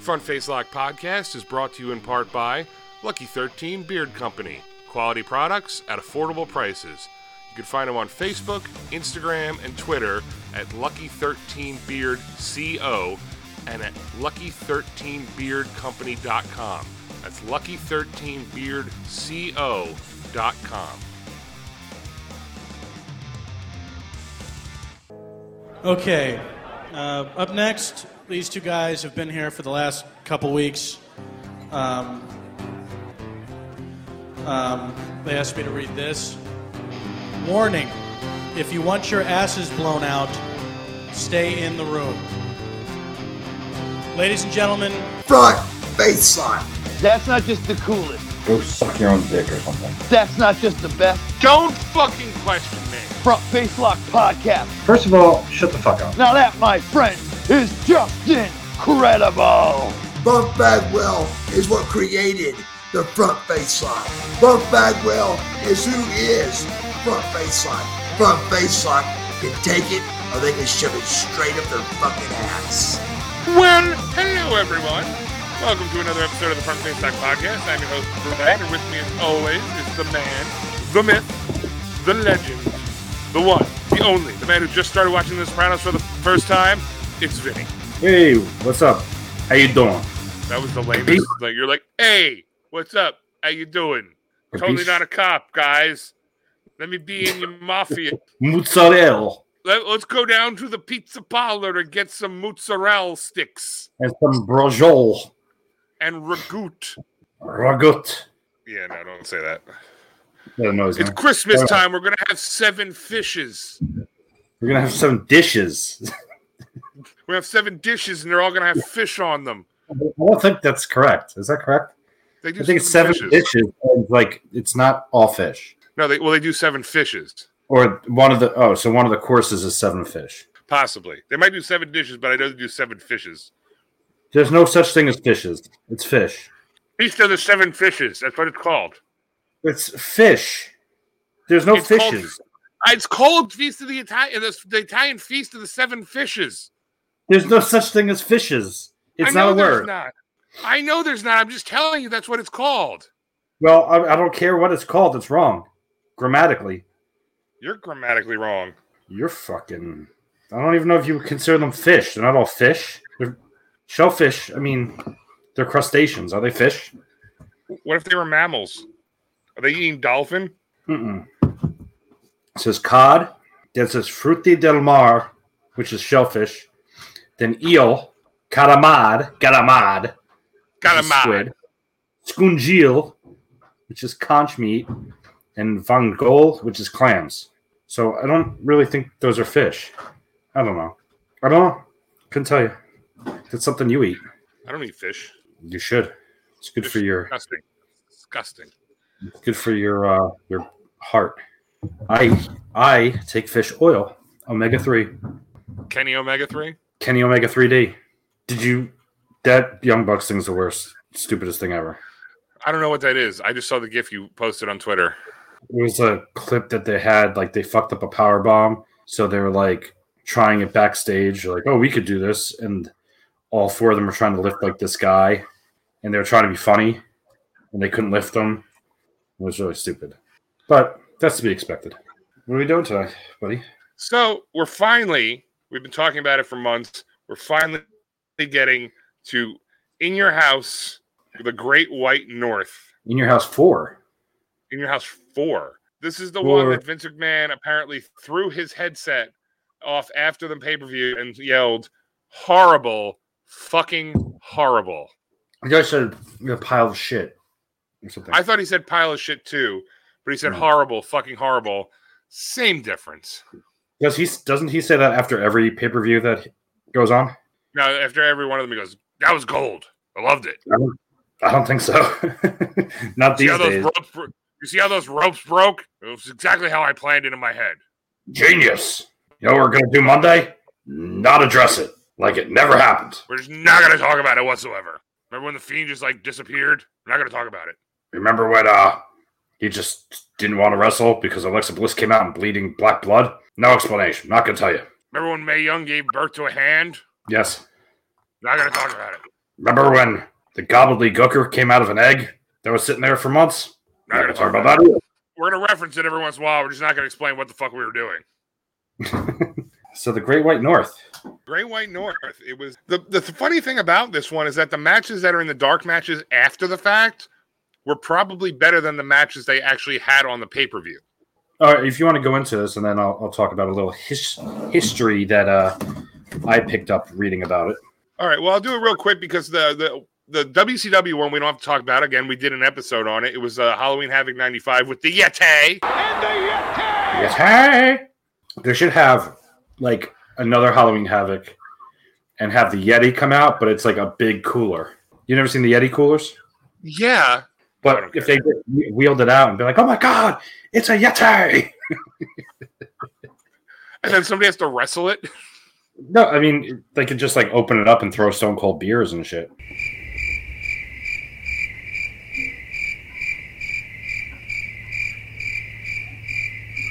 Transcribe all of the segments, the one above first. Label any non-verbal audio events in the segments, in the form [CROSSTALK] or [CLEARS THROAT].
Front Face Lock Podcast is brought to you in part by Lucky 13 Beard Company, quality products at affordable prices. You can find them on Facebook, Instagram, and Twitter at Lucky 13 Beard CO and at Lucky13BeardCompany.com. That's Lucky13BeardCO.com. Okay. Uh, up next, these two guys have been here for the last couple weeks. Um, um, they asked me to read this. Warning if you want your asses blown out, stay in the room. Ladies and gentlemen, front face lock. That's not just the coolest. Go suck your own dick or something. That's not just the best. Don't fucking question me. Front Face Lock Podcast. First of all, shut the fuck up. Now that, my friend, is just incredible. Buff Bagwell is what created the front face lock. Buff Bagwell is who is front face lock. Front face lock can take it or they can shove it straight up their fucking ass. Well, hello everyone. Welcome to another episode of the Front Face Lock Podcast. I'm your host, Brad, and with me as always is the man, the myth, the legend, the one, the only, the man who just started watching The Sopranos for the first time. It's Vinny. Hey, what's up? How you doing? That was the lamest. Like you're like, hey, what's up? How you doing? Totally not a cop, guys. Let me be in your [LAUGHS] mafia. Mozzarella Let, let's go down to the pizza parlor and get some mozzarella sticks and some brajol. and ragout. Ragut. Yeah, no, don't say that. I don't know, it's It's not- Christmas Alright. time. We're gonna have seven fishes. We're gonna have some dishes. [LAUGHS] We have seven dishes, and they're all gonna have fish on them. I don't think that's correct. Is that correct? They do I think it's seven fishes. dishes. And like it's not all fish. No, they well, they do seven fishes. Or one of the oh, so one of the courses is seven fish. Possibly, they might do seven dishes, but I know they do seven fishes. There's no such thing as dishes. It's fish. Feast of the Seven Fishes. That's what it's called. It's fish. There's no It's called- Uh, fishes. It's called Feast of the Italian, the, the Italian Feast of the Seven Fishes. There's no such thing as fishes. It's I know not a there's word. Not. I know there's not. I'm just telling you that's what it's called. Well, I, I don't care what it's called. It's wrong grammatically. You're grammatically wrong. You're fucking. I don't even know if you would consider them fish. They're not all fish. They're shellfish. I mean, they're crustaceans. Are they fish? What if they were mammals? Are they eating dolphin? Mm-mm. It says cod. Then it says frutti del mar, which is shellfish. Then eel, calamad, calamad, Got a which is mod. squid. Scungil, which is conch meat, and vangol, which is clams. So I don't really think those are fish. I don't know. I don't know. Couldn't tell you. It's something you eat. I don't eat fish. You should. It's good for your Disgusting. Disgusting. good for your uh, your heart. I I take fish oil, omega three, Kenny Omega 3? Kenny omega three D. Did you? That Young Bucks thing's the worst, stupidest thing ever. I don't know what that is. I just saw the gif you posted on Twitter. It was a clip that they had, like they fucked up a power bomb, so they were like trying it backstage, like, oh, we could do this, and all four of them were trying to lift like this guy, and they were trying to be funny, and they couldn't lift him. It was really stupid, but that's to be expected. What are we doing tonight, buddy? So we're finally, we've been talking about it for months. We're finally getting to In Your House, the Great White North, In your house four. In Your House 4. This is the one Four. that Vince McMahon apparently threw his headset off after the pay per view and yelled, horrible, fucking horrible. You guys said a pile of shit or something. I thought he said pile of shit too, but he said No. horrible, fucking horrible. Same difference. Does he? Doesn't he say that after every pay per view that goes on? Now, after every one of them, he goes, That was gold. I loved it. I don't, I don't think so. [LAUGHS] Not See these how those days. ropes bro- you see how those ropes broke? It was exactly how I planned it in my head. Genius. You know what we're gonna do Monday? Not address it like it never happened. We're just not gonna talk about it whatsoever. Remember when the fiend just like disappeared? We're not gonna talk about it. Remember when uh he just didn't want to wrestle because Alexa Bliss came out and bleeding black blood? No explanation. Not gonna tell you. Remember when May Young gave birth to a hand? Yes. Not gonna talk about it. Remember when the gobbledygooker came out of an egg that was sitting there for months? Not gonna talk about that. either. We're gonna reference it every once in a while. We're just not gonna explain what the fuck we were doing. So the Great White North. Great White North. It was the the funny thing about this one is that the matches that are in the dark matches after the fact were probably better than the matches they actually had on the pay per view. All right, if you want to go into this, and then I'll, I'll talk about a little his- history that uh, I picked up reading about it. All right. Well, I'll do it real quick because the the the WCW one we don't have to talk about again. We did an episode on it. It was uh, Halloween Havoc '95 with the Yeti. Yes, hey! They should have like another Halloween Havoc and have the Yeti come out, but it's like a big cooler. You never seen the Yeti coolers? Yeah. But if they wheeled it out and be like, oh my God, it's a Yeti! And then somebody has to wrestle it. No, I mean, they could just like open it up and throw Stone Cold beers and shit.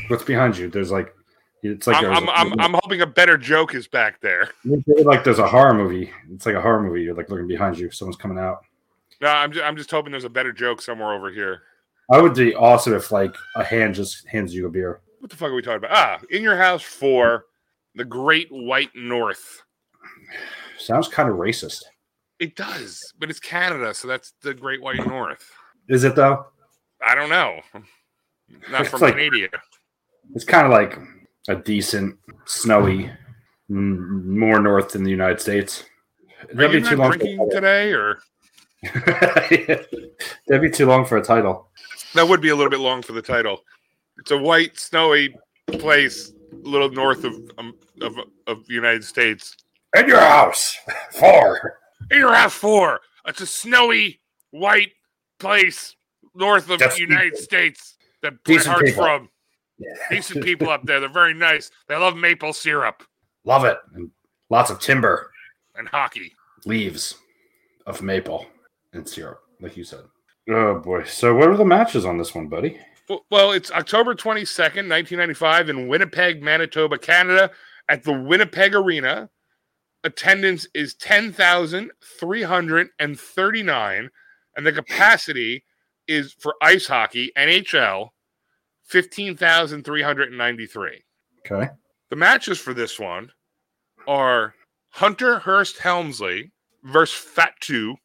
What's behind you? There's like, it's like, I'm, I'm, a- I'm, I'm hoping a better joke is back there. like there's a horror movie. It's like a horror movie. You're like looking behind you. Someone's coming out. No, I'm just, I'm just hoping there's a better joke somewhere over here. I would be awesome if like a hand just hands you a beer. What the fuck are we talking about? Ah, in your house for the Great White North. Sounds kind of racist. It does, but it's Canada, so that's the Great White North. Is it though? I don't know. Not It's from like- Canada. It's kind of like a decent snowy, mm, more north than the United States. Are That'd you be too not long. for a drinking title. today, or [LAUGHS] That'd be too long for a title. that would be a little bit long for the title. It's a white, snowy place, a little north of um, of, of the United States. In your house, [LAUGHS] four. In your house four. It's a snowy, white place north of That's the United States that Bret Decent Hart's people. from. Decent people up there. They're very nice. They love maple syrup Love it. And lots of timber, and hockey. leaves of maple and syrup, like you said. Oh boy. So what are the matches on this one, buddy? Well- Well, it's October 22nd, 1995, in Winnipeg, Manitoba, Canada, at the Winnipeg Arena. Attendance is 10,339, and the capacity is for ice hockey, NHL, 15,393. Okay. The matches for this one are Hunter Hurst Helmsley versus Fatu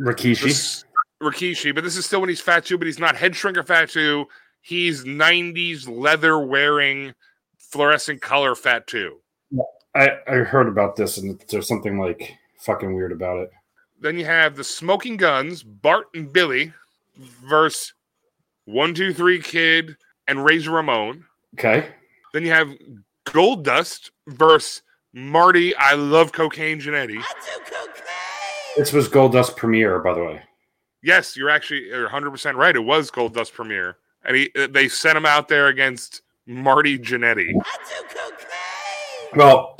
Rikishi. This- Rikishi, but this is still when he's Fatu, but he's not head shrinker Fatu. He's 90s leather wearing fluorescent color Fatu. I, I heard about this and there's something like fucking weird about it. Then you have the Smoking Guns, Bart and Billy versus 123 Kid and Razor Ramon. Okay. Then you have Gold Dust versus Marty, I love cocaine Janetti. This was Goldust premiere, by the way. Yes, you're actually you're 100% right. It was Gold Dust Premier. And he, they sent him out there against Marty Janetti. Well,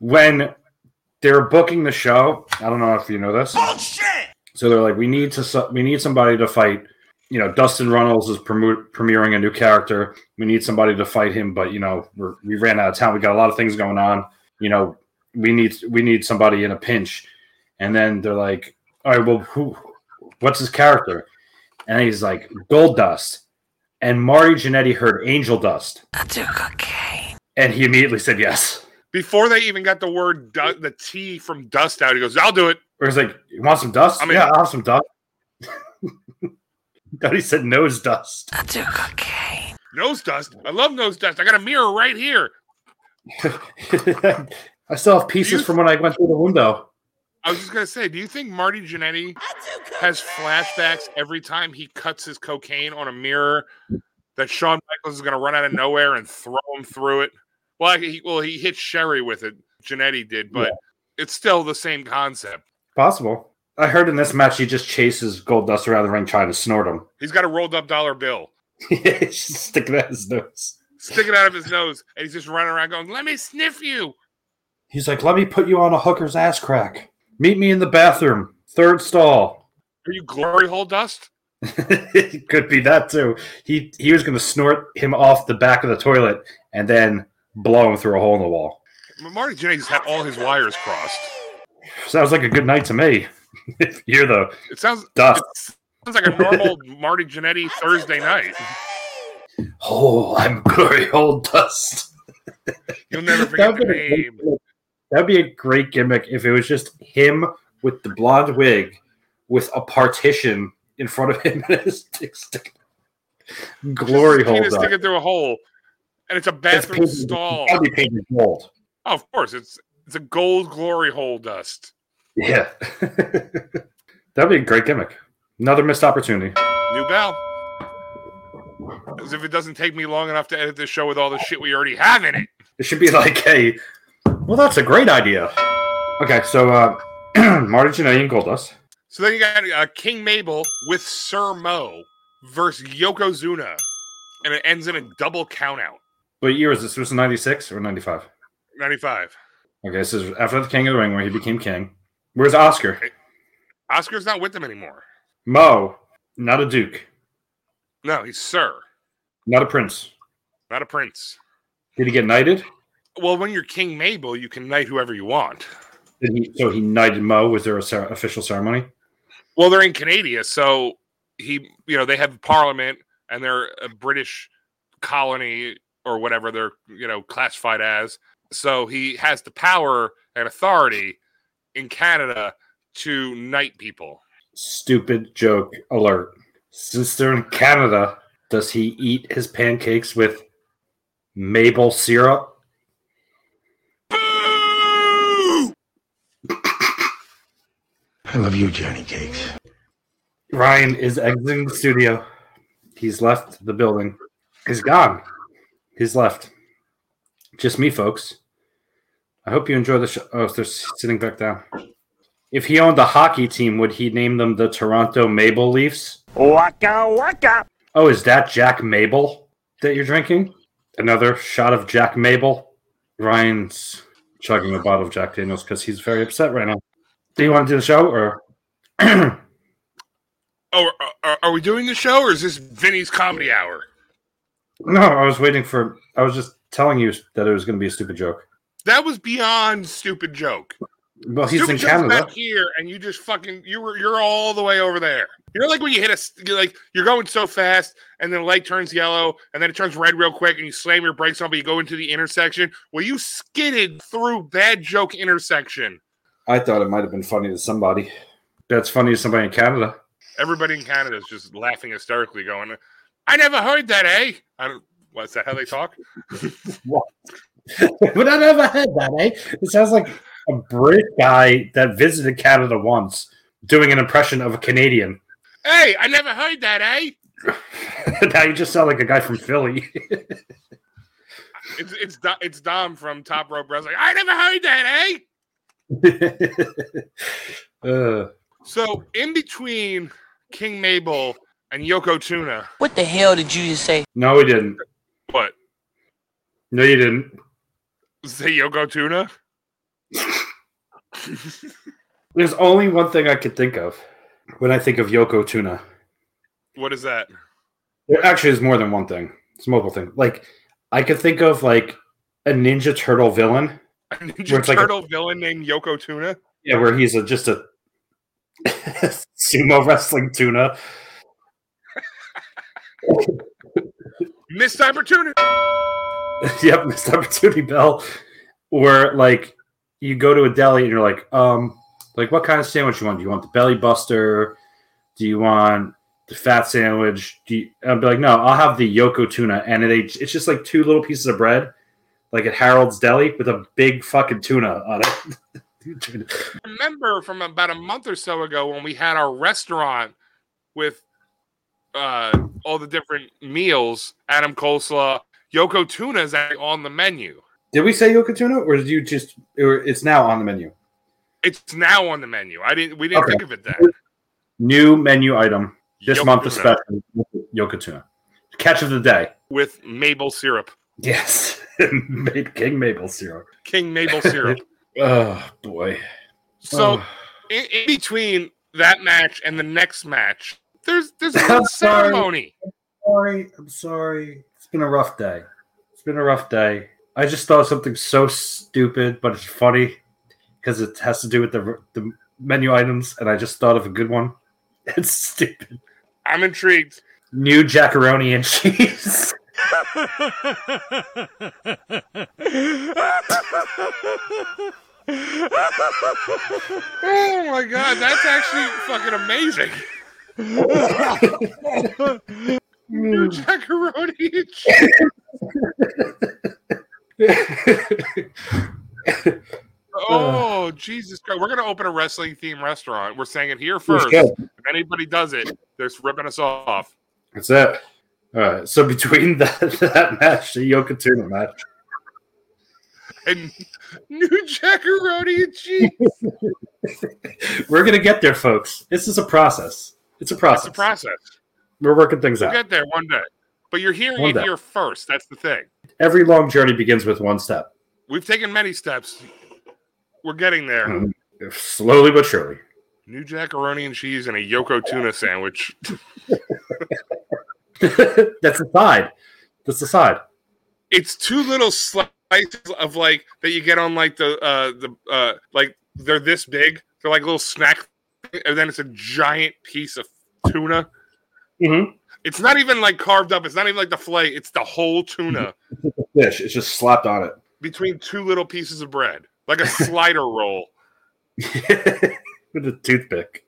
when they're booking the show, I don't know if you know this. So they're like, we need to, su- we need somebody to fight. You know, Dustin Runnels is promo- premiering a new character. We need somebody to fight him, but you know, we're, we ran out of town. We got a lot of things going on. You know, we need we need somebody in a pinch. And then they're like, all right, well, who? What's his character? And he's like, Gold Dust. And Marty Jannetty heard Angel Dust. And he immediately said yes. before they even got the word du- the T from dust out, he goes, "I'll do it." Or he's like, You want some dust? I mean- yeah, I'll have some dust. [LAUGHS] Thought he said nose dust. [LAUGHS] Nose dust. I love nose dust. I got a mirror right here. I still have pieces You- from when I went through the window. I was just gonna say, do you think Marty Jannetty has flashbacks every time he cuts his cocaine on a mirror that Shawn Michaels is gonna run out of nowhere and throw him through it? Well, he, well, he hit Sherry with it. Jannetty did, but it's still the same concept. Possible. I heard in this match he just chases gold dust around the ring trying to snort him. [LAUGHS] He's got a rolled up dollar bill He's sticking out his nose. sticking out of his nose, and he's just running around going, "Let me sniff you." He's like, Let me put you on a hooker's ass crack. Meet me in the bathroom, third stall. [LAUGHS] Are you glory hole dust? it could be that too. He he was going to snort him off the back of the toilet and then blow him through a hole in the wall. Marty Jannetty's had all his wires crossed. Sounds like a good night to me. [LAUGHS] if you're the It sounds dust. sounds like a normal Marty Jannetty Thursday night. Oh, I'm Curry Old Dust. You'll never forget the That'd be a great name. gimmick. That'd be a great gimmick if it was just him with the blonde wig with a partition in front of him [LAUGHS] and his dick sticking. Glory hole. Penis dust. sticking through a hole, and it's a That's bathroom painted- stall. That'd be painted gold. Oh, of course, it's it's a gold glory hole dust. Yeah. [LAUGHS] That'd be a great gimmick. Another missed opportunity. New bell. As if it doesn't take me long enough to edit this show with all the shit we already have in it. It should be [LAUGHS] like, hey, well, that's a great idea. Okay, so uh, [CLEARS THROAT] Marty Jannetty and Goldust. So then you got uh, King Mabel with Sir Mo versus Yokozuna, and it ends in a double countout. What year was this? Was it 96 or 95? Ninety-five. Okay, this is after the King of the Ring where he became king. Where's Oscar? Oscar's not with them anymore. Mo, not a duke, No, he's Sir, not a prince. not a prince. Did he get knighted? Well, when you're King Mabel, you can knight whoever you want. Did he, so he knighted Mo. Was there a cer- official ceremony? Well, they're in Canada, so he, you know, they have parliament and they're a British colony or whatever they're, you know, classified as. So he has the power and authority in Canada to knight people. Stupid joke alert. Since they're in Canada, does he eat his pancakes with maple syrup? I love you, Johnny Cakes. Ryan is exiting the studio. He's left the building. He's gone. He's left. Just me, folks. I hope you enjoy the show. Oh, they're sitting back down. If he owned a hockey team, would he name them the Toronto Maple Leafs? Waka waka. Oh, is that Jack Mabel that you're drinking? Another shot of Jack Mabel. Ryan's chugging a bottle of Jack Daniels because he's very upset right now. Do you want to do the show or? [CLEARS THROAT] Oh, are- are, are we doing the show or is this Vinny's comedy hour? No, I was waiting for. I was just telling you that it was going to be a stupid joke. That was beyond stupid joke. Well, he's stupid in joke's Canada. back here, and you just fucking you were you're all the way over there. You know, like when you hit a s- you're like you're going so fast, and then the light turns yellow, and then it turns red real quick, and you slam your brakes on, but you go into the intersection. Well, you skidded through bad joke intersection. I thought it might have been funny to somebody. That's funny to somebody in Canada. Everybody in Canada is just laughing hysterically, going, "I never heard that, eh?" I don't. What's that? How they talk? [LAUGHS] but I never heard that, eh? It sounds like a British guy that visited Canada once doing an impression of a Canadian. [LAUGHS] Hey, I never heard that, eh? now you just sound like a guy from Philly. [LAUGHS] It's it's Do- it's Dom from Top Rope Wrestling. I never heard that, eh? uh, So in between King Mabel and Yoko Tuna, What the hell did you just say? no, he didn't. what No, you didn't. say Yoko Tuna? There's only one thing I could think of when I think of Yoko Tuna. What is that? [LAUGHS] There actually is more than one thing. It's multiple things. Like I could think of like a Ninja Turtle villain. A Ninja Where it's like a- Turtle villain named Yoko Tuna? Yeah, where he's a, just a [LAUGHS] sumo wrestling tuna. Missed opportunity. [LAUGHS] yep, missed opportunity bell. Or like you go to a deli and you're like, um, like what kind of sandwich you want? Do you want the belly buster? Do you want the fat sandwich? Do you, I'll be like, no, I'll have the Yoko tuna, and it it's just like two little pieces of bread, like at Harold's Deli with a big fucking tuna on it. [LAUGHS] Remember from about a month or so ago when we had our restaurant with uh, all the different meals, Adam Coleslaw, Yoko Tuna is actually on the menu. Did we say Yoko tuna, or did you just? Or it's now on the menu. It's now on the menu. I didn't we didn't Okay. think of it then. New menu item this Yoko month, Tuna especially Yoko tuna. Catch of the day. with Mabel syrup. Yes, [LAUGHS] Made King Maple syrup. King [LAUGHS] Mabel syrup. Oh boy. So Oh. in, in between that match and the next match, there's there's [LAUGHS] a I'm little sorry. ceremony. sorry. I'm sorry. It's been a rough day. It's been a rough day. I just thought of something so stupid, but it's funny. because it has to do with the the menu items, and I just thought of a good one. [LAUGHS] It's stupid. I'm intrigued. New jacaroni and cheese. [LAUGHS] Oh my god, that's actually fucking amazing. Hmm. New jacaroni and [LAUGHS] cheese. Uh. Oh Jesus Christ! We're gonna open a wrestling themed restaurant. We're saying it here first. If anybody does it, they're ripping us off. That's it. All right. So between [LAUGHS] that that match, the Yokozuna match, And [LAUGHS] new jacaroni and cheese. we're gonna get there, folks. This is a process. It's a That's process. the process. We're working things We'll out. get there one day. But you're hearing One it day. here first. That's the thing. Every long journey begins with one step. We've taken many steps. We're getting there. Hmm. Slowly but surely. [LAUGHS] New jacaroni and cheese and a Yoko tuna sandwich. That's the side. That's the side. It's two little slices of like that you get on like the uh the uh like they're this big. They're like little snack, and then it's a giant piece of tuna. Mm-hmm. It's not even like carved up. It's not even like the fillet. It's the whole tuna Fish. It's just slapped on it. between two little pieces of bread, like a slider roll. [LAUGHS] with a toothpick.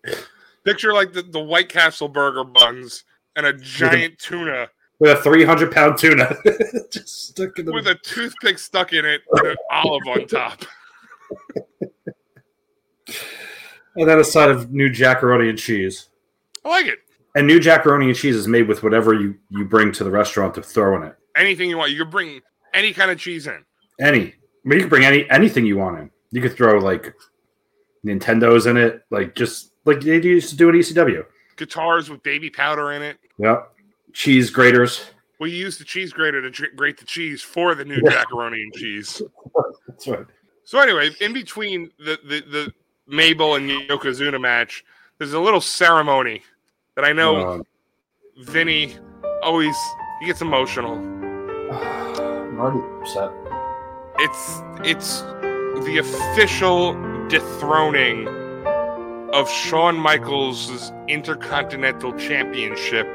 Picture like the, the White Castle burger buns and a giant tuna With a 300 pound tuna. [LAUGHS] just stuck in the. with a toothpick stuck in it and an olive on top. and then a side of new jacaroni and cheese. I like it. And new jacaroni and cheese is made with whatever you, you bring to the restaurant to throw in it. Anything you want. You can bring any kind of cheese in. Any. I mean, you can bring any anything you want in. You could throw like Nintendo's in it, like just like they used to do at ECW. Guitars with baby powder in it. Yep. Cheese graters. We use the cheese grater to tr- grate the cheese for the new macaroni and cheese. That's right. So anyway, in between the, the, the Mabel and Yokozuna match, there's a little ceremony that I know Um, Vinny always he gets emotional. I'm already upset. It's it's the official dethroning of Shawn Michaels' Intercontinental Championship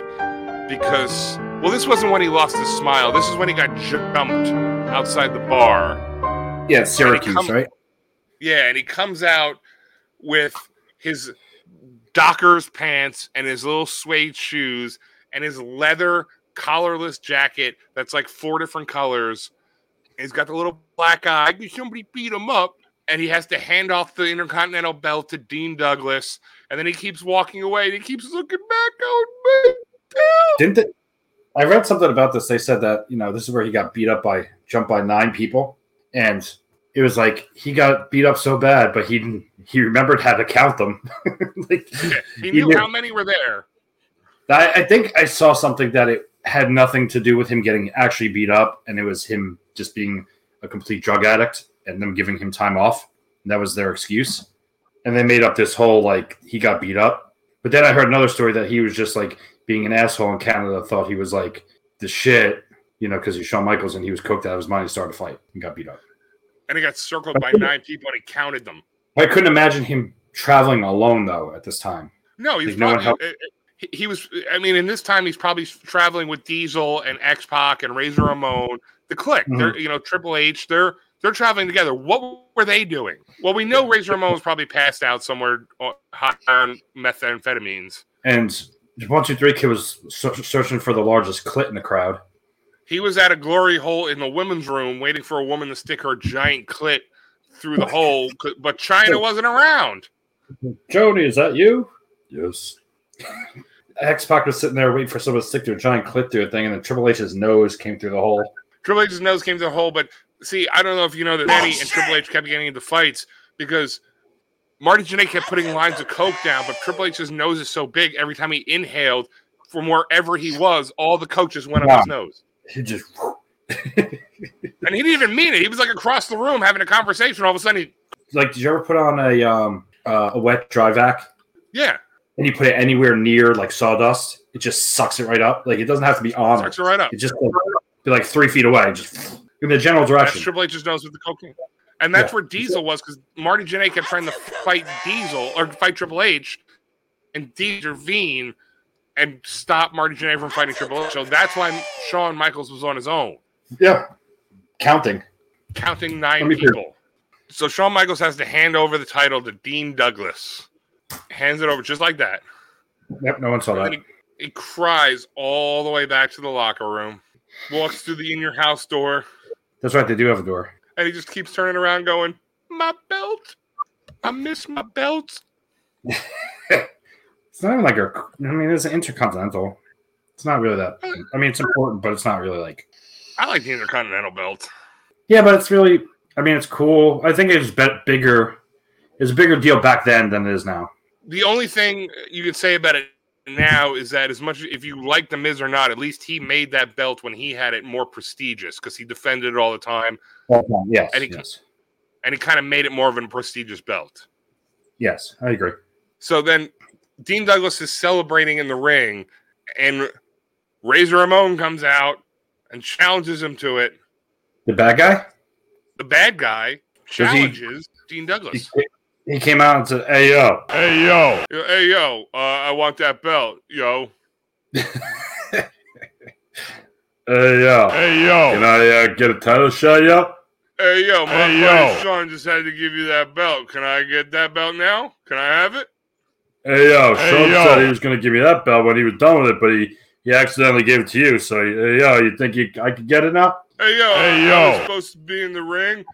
because well this wasn't when he lost his smile. This is when he got jumped outside the bar. Yeah, it's Syracuse, come- right? Yeah, and he comes out with his Dockers pants and his little suede shoes and his leather collarless jacket that's like four different colors. He's got the little black eye. Somebody beat him up. And he has to hand off the Intercontinental belt to Dean Douglas. And then he keeps walking away and he keeps looking back on me. Didn't they, I read something about this? They said that you know this is where he got beat up by jumped by nine people, and it was like he got beat up so bad, but he didn't- he remembered how to count them. [LAUGHS] like, He You knew knew. how many were there. I, I think I saw something that it had nothing to do with him getting actually beat up, and it was him just being a complete drug addict and them giving him time off. And that was their excuse. And they made up this whole like he got beat up. But then I heard another story that he was just like being an asshole in Canada, thought he was like the shit, you know, because he's Shawn Michaels and he was cooked out of his mind and started a fight and got beat up. And he got circled by nine people and he counted them. I couldn't imagine him traveling alone though at this time. No, he's Like, no one probably, uh, he, he was. I mean, in this time, he's probably traveling with Diesel and X Pac and Razor Mm-hmm. Ramon, the Click. Mhm. They're you know Triple H. They're they're traveling together. What were they doing? Well, we know Razor Ramon was probably passed out somewhere uh, high on methamphetamines. And one, two, three kid was ser- searching for the largest clit in the crowd. He was at a glory hole in the women's room, waiting for a woman to stick her giant clit [LAUGHS] through the hole, c- but China wasn't around. Joni, is that you? [LAUGHS] Yes. X Pac was sitting there waiting for someone to stick their giant clip through a thing, and then Triple H's nose came through the hole. Triple H's nose came to the hole, but see, I don't know if you know that Eddie and Triple H kept getting into fights because Marty Jannetty kept putting lines of coke down, but Triple H's nose is so big every time he inhaled from wherever he was, all the coke just went up Wow. his nose. He just And he didn't even mean it. He was like across the room having a conversation. All of a sudden, he, like, did you ever put on a um uh, a wet dry vac yeah, and you put it anywhere near like sawdust? It just sucks it right up. Like it doesn't have to be on. sucks It, it right up. it just like, be like three feet away, just in the general That's direction. Triple H's nose with the cocaine. And that's where Diesel was because Marty Jannetty kept trying to fight Diesel or fight Triple H and Diesel intervene and stop Marty Jannetty from fighting Triple H. So that's why Shawn Michaels was on his own, Yeah. Counting. counting nine Let me hear. people. So Shawn Michaels has to hand over the title to Dean Douglas. Hands it over just like that. Yep, no one saw that. And he, he cries all the way back to the locker room, walks through the in your house door, That's right, they do have a door. and he just keeps turning around going, My belt. I miss my belt. It's not even like a. I mean, it's an intercontinental. It's not really that. I mean, it's important, but it's not really like. I like the Intercontinental belt. Yeah, but it's really. I mean, it's cool. I think it's bet bigger. It's a bigger deal back then than it is now. The only thing you could say about it now is that as much if you like the Miz or not, at least he made that belt when he had it more prestigious because he defended it all the time Yes. And it- yes. and he kind of made it more of a prestigious belt. Yes, I agree. So then Dean Douglas is celebrating in the ring, and Razor Ramon comes out and challenges him to it. The bad guy. The bad guy Does he- challenges Dean He, Douglas. he came out and said, "Hey yo, Hey, yo, uh, I want that belt, yo. hey yo, hey Oh. yo, can I uh, get a title shot, yo?" Hey, yo, my Hey, buddy yo. Sean just had to give you that belt. Can I get that belt now? Can I have it? Hey yo, Hey, Sean yo. said he was going to give me that belt when he was done with it, but he, he accidentally gave it to you. So hey, yo, you think you, I could get it now? Hey, yo, Hey, I- I was yo. supposed to be in the ring,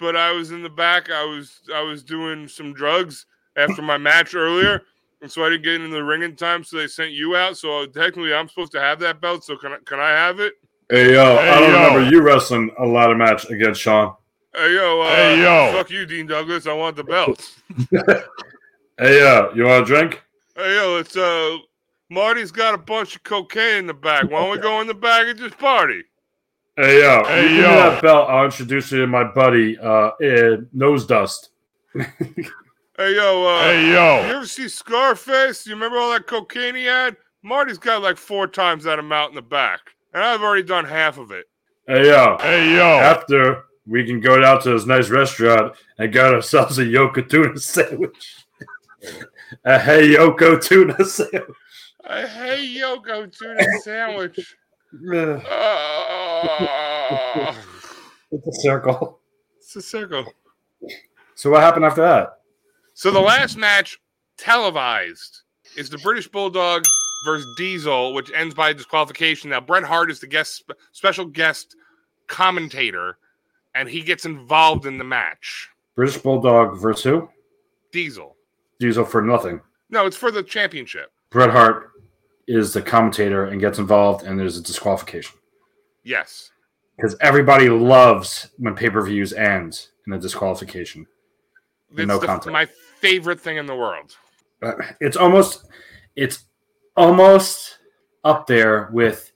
but I was in the back. I was I was doing some drugs after my match earlier, and so I didn't get in the ring in time. So they sent you out. So technically, I'm supposed to have that belt. So can I, can I have it? Hey yo, I don't yo. remember you wrestling a lot of match against Sean. Hey, yo, uh, Hey, yo. fuck you, Dean Douglas. I want the belt. Hey yo, you want a drink? Hey yo, it's uh Marty's got a bunch of cocaine in the back. Why don't we go in the back and just party? Hey yo, Hey, you give me yo. that belt. I'll introduce you to my buddy, uh, eh, Nose Dust. Hey yo, uh Hey, yo. You ever see Scarface? You remember all that cocaine he had? Marty's got like four times that amount in the back. And I've already done half of it. Hey yo, Hey yo. after we can go down to this nice restaurant and got ourselves a Yoko tuna [LAUGHS] sandwich. a Hey Yoko tuna [LAUGHS] sandwich. Uh, hey yo, go to the sandwich. Eh, Ah. it's a circle. it's a circle. So what happened after that? So the last match televised is the British Bulldog versus Diesel, which ends by disqualification. Now Bret Hart is the guest special guest commentator, and he gets involved in the match. British Bulldog versus who? Diesel. Diesel for nothing. No, it's for the championship. Bret Hart is the commentator and gets involved, and there's a disqualification. Yes. because everybody loves when pay per views end in a disqualification. It's No the- contact. my favorite thing in the world. Uh, It's almost, it's almost up there with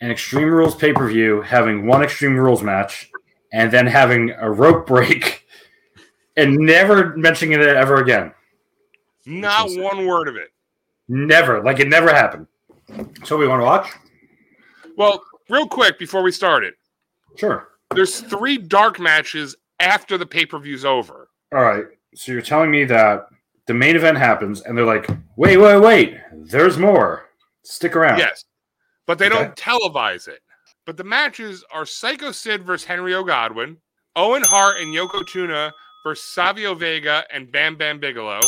an Extreme Rules pay per view having one Extreme Rules match and then having a rope break [LAUGHS] and never mentioning it ever again. Not Interesting. one word of it. Never, like it never happened. So we want to watch? Well, real quick before we start it, Sure. there's three dark matches after the pay per view's over. All right. So you're telling me that the main event happens and they're like, wait, wait, wait, there's more. Stick around. Yes. But they Okay. don't televise it. But the matches are Psycho Sid versus Henry O'Godwin, Owen Hart and Yoko Tuna versus Savio Vega and Bam Bam Bigelow,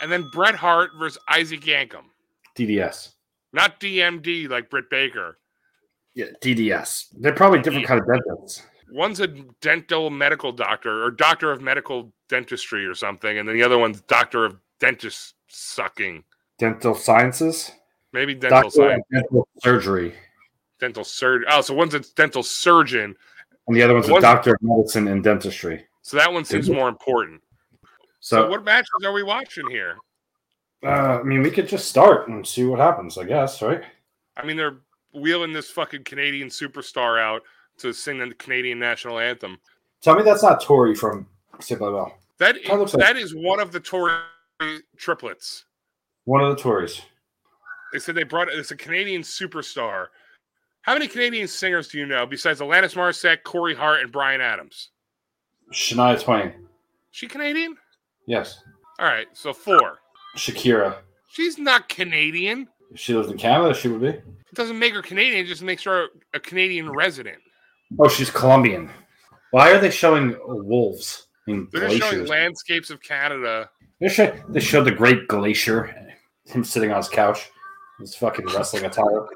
and then Bret Hart versus Isaac Yankum. DDS. Not DMD like Britt Baker. Yeah, DDS. They're probably different kind of dentists. One's a dental medical doctor or doctor of medical dentistry or something, and then the other one's doctor of dentist sucking. Dental sciences, Maybe dental sci- and dental surgery, dental surgeon. Oh, so one's a dental surgeon. and the other one's a One- doctor of medicine and dentistry. So that one seems Dental- more important. So So, what matches are we watching here? uh, I mean, we could just start and see what happens. I guess, right? I mean, they're wheeling this fucking Canadian superstar out to sing the Canadian national anthem. Tell me that's not Tori from Simply Well. That That is, looks like- that is one of the Tory triplets. One of the Tories. They said they brought it's a Canadian superstar. How many Canadian singers do you know besides Alanis Morissette, Corey Hart, and Brian Adams? Shania Twain. She Canadian? Yes. All right, so four. Shakira. She's not Canadian. If she lived in Canada, she would be. It doesn't make her Canadian, it just makes her a Canadian resident. Oh, she's Colombian. Why are they showing wolves and They're just showing glaciers? landscapes of Canada. They show, they show the Great Glacier, him sitting on his couch, he's fucking wrestling a tire.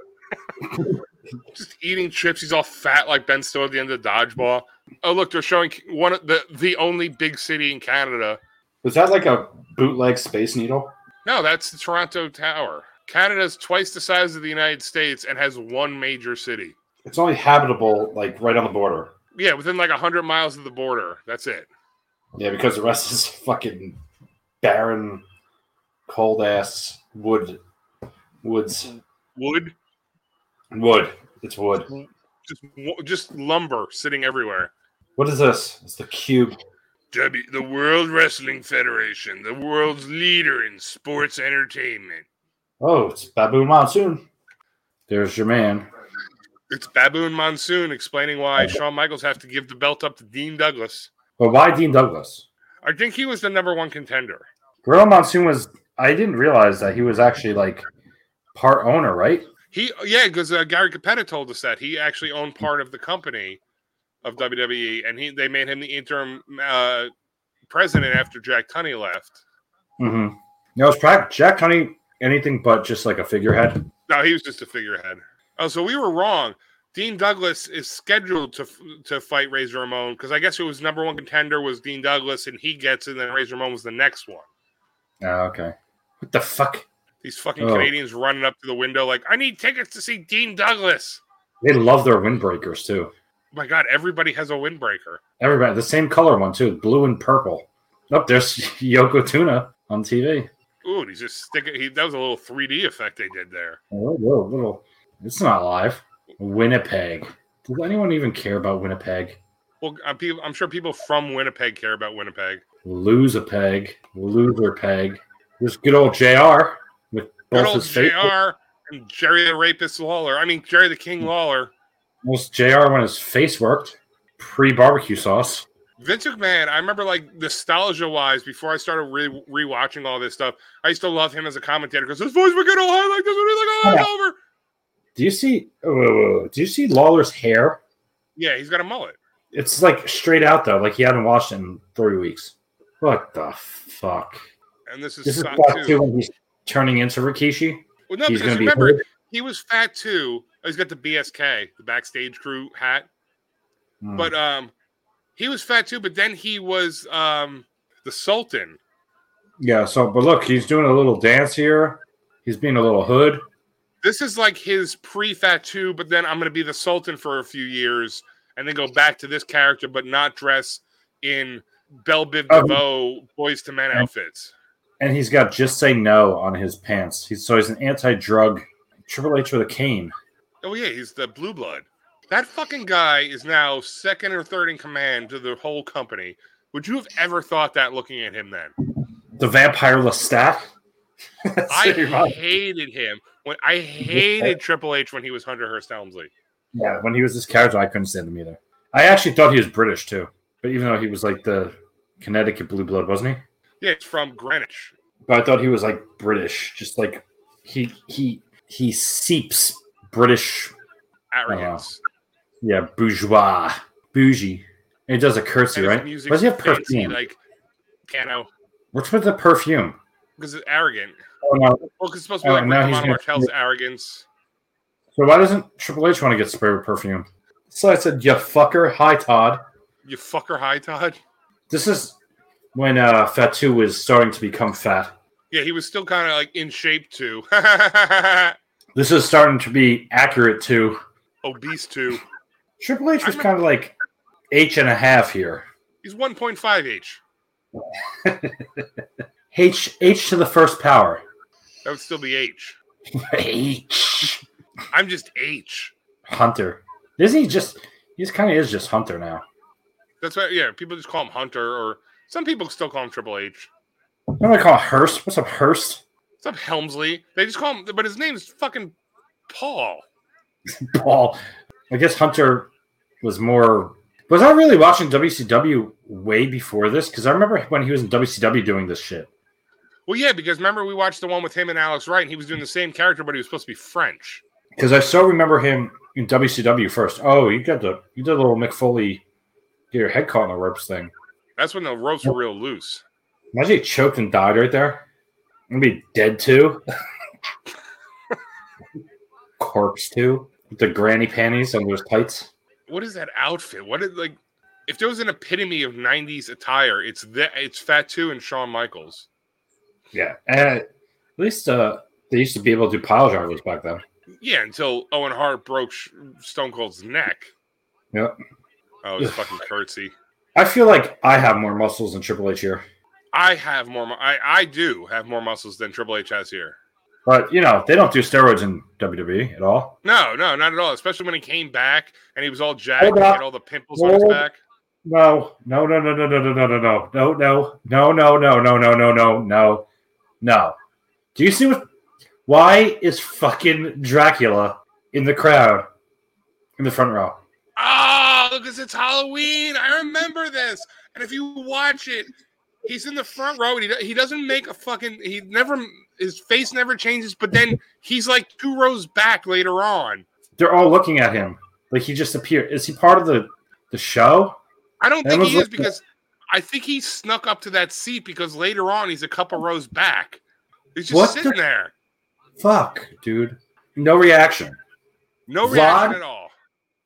just eating chips. He's all fat like Ben Stiller at the end of Dodgeball. Oh look, they're showing one of the the only big city in Canada. Was that like a bootleg Space Needle? No, that's the Toronto Tower. Canada's twice the size of the United States and has one major city. It's only habitable like right on the border. Yeah, within like hundred miles of the border. That's it. Yeah, because the rest is [LAUGHS] fucking barren, cold ass wood, woods, Wood, wood. It's wood. just wo- just lumber sitting everywhere. What is this? It's the cube. W, the World Wrestling Federation, the world's leader in sports entertainment. Oh, it's Babu Monsoon. There's your man. It's Baboon Monsoon explaining why Shawn Michaels have to give the belt up to Dean Douglas. But why Dean Douglas? I think he was the number one contender. Gorilla Monsoon was. I didn't realize that he was actually like part owner, right? He, yeah, because uh, Gary Capetta told us that he actually owned part of the company of WWE, and he they made him the interim uh, president after Jack Tunney left. Mm-hmm. No, it's Jack, Jack Honey anything but just like a figurehead. No, he was just a figurehead. Oh, so we were wrong. Dean Douglas is scheduled to f- to fight Razor Ramon because I guess it was number one contender was Dean Douglas, and he gets it, and then Razor Ramon was the next one. Oh, okay. What the fuck? These fucking Oh. Canadians running up to the window like, I need tickets to see Dean Douglas. They love their windbreakers too. Oh my God, everybody has a windbreaker. Everybody, the same color one too, blue and purple. Up there's [LAUGHS] Yoko Tuna on TV. Ooh, and he's just sticking. He, that was a little 3D effect they did there. Oh, whoa, little. It's not live. Winnipeg. Does anyone even care about Winnipeg? Well, I'm, peop- I'm sure people from Winnipeg care about Winnipeg. Lose a peg, loser peg. This good old Jr. with Good both old his JR face. and Jerry the Rapist Lawler. I mean, Jerry the Hmm. King Lawler. Almost Jr. when his face worked. Pre barbecue sauce. Vince McMahon, I remember like nostalgia wise, before I started re- rewatching all this stuff, I used to love him as a commentator because his voice would get all high like this when he's like, oh, it's over. Do you see? oh, whoa, whoa, whoa. Do you see Lawler's hair? Yeah, he's got a mullet. It's like straight out though. Like he hadn't washed it in three weeks. What the fuck? And this is, This is Satu. back to when he's turning into Rikishi. Well, no, because he's going to be remember, hurt. he was fat too. Oh, He's got the BSK, the backstage crew hat. Hmm. But um, he was fat too. But then he was um the Sultan. yeah, so but look, he's doing a little dance here. Hmm. He's being a little hood. This is like his pre-fat too. But then I'm gonna be the Sultan for a few years, and then go back to this character, but not dress in Belle Biv Oh. DeVoe boys to men outfits. And he's got just say no on his pants. He's so he's an anti-drug Triple H with a cane. Oh yeah, he's the blue blood. That fucking guy is now second or third in command to the whole company. Would you have ever thought that looking at him then? The vampire Lestat. [LAUGHS] I Save us. hated him when I hated Triple H when he was Hunter Hearst Helmsley. Yeah, when he was this character, I couldn't stand him either. I actually thought he was British too, but even though he was like the Connecticut blue blood, wasn't he? Yeah, it's from Greenwich. But I thought he was like British, just like he he he seeps British, Arrogance. Oh, yeah, bourgeois, bougie. And he does a curtsy, And his right? music's Why does he have fancy, perfume? Like piano, What's with the perfume? because it's arrogant. Oh, no. Well, 'cause it's supposed to be Oh, like now Rick he's Romano gonna- Martel's arrogance. So why doesn't Triple H want to get sprayed with perfume? So I said, "You fucker, hi Todd." You fucker, high Todd. This is when uh, Fatu was starting to become fat. Yeah, he was still kind of like in shape too. [LAUGHS] Obese This is starting to be accurate to too. Triple H was I'm- kind of like H and a half here. He's 1.5 H. H H to the first power. That would still be H. H I'm just H. Hunter. Isn't he just? He's kind of is just Hunter now. That's why. Yeah, people just call him Hunter, or some people still call him Triple H. What do I call it? Hearst? What's up, Hearst? What's up, Helmsley? They just call him, but his name's fucking Paul. Paul. I guess Hunter was more Was I really watching WCW way before this? Because I remember when he was in WCW doing this shit. Well, yeah, because remember we watched the one with him and Alex Wright, and he was doing the same character, but he was supposed to be French. Because I so remember him in WCW first. Oh, you got the you did a little Mick Foley, get your head caught in the ropes thing. That's when the ropes were real loose. Imagine he choked and died right there. I'd be dead too. [LAUGHS] Corpse too. With the granny panties and those tights. What is that outfit? What is like? If there was an epitome of '90s attire, it's that it's Fatu and Shawn Michaels. Yeah. And at least uh, they used to be able to do pile drivers back then. Yeah, until Owen Hart broke Sh- Stone Cold's neck. Yep. Oh, it's fucking curtsy. I feel like I have more muscles than Triple H here. I have more. mu- I I do have more muscles than Triple H has here. But you know, they don't do steroids in WWE at all. No, no, not at all. Especially when he came back and he was all jacked Hold and he up. had all the pimples on his Hold back. No, no, no, no, no, no, no, no, no, no, no, no, no, no, no, no, no, no, no, no, no. Do you see what? Why is fucking Dracula in the crowd in the front row? Oh, because it's Halloween. I remember this. And if you watch it, he's in the front row and he, do- he doesn't make a fucking. He never. His face never changes, but then he's like two rows back later on. They're all looking at him like he just appeared. Is he part of the the show? I don't That think was he is like- because I think he snuck up to that seat because later on he's a couple rows back. He's just What sitting the- there. Fuck, dude. No reaction. No Vlad? reaction at all.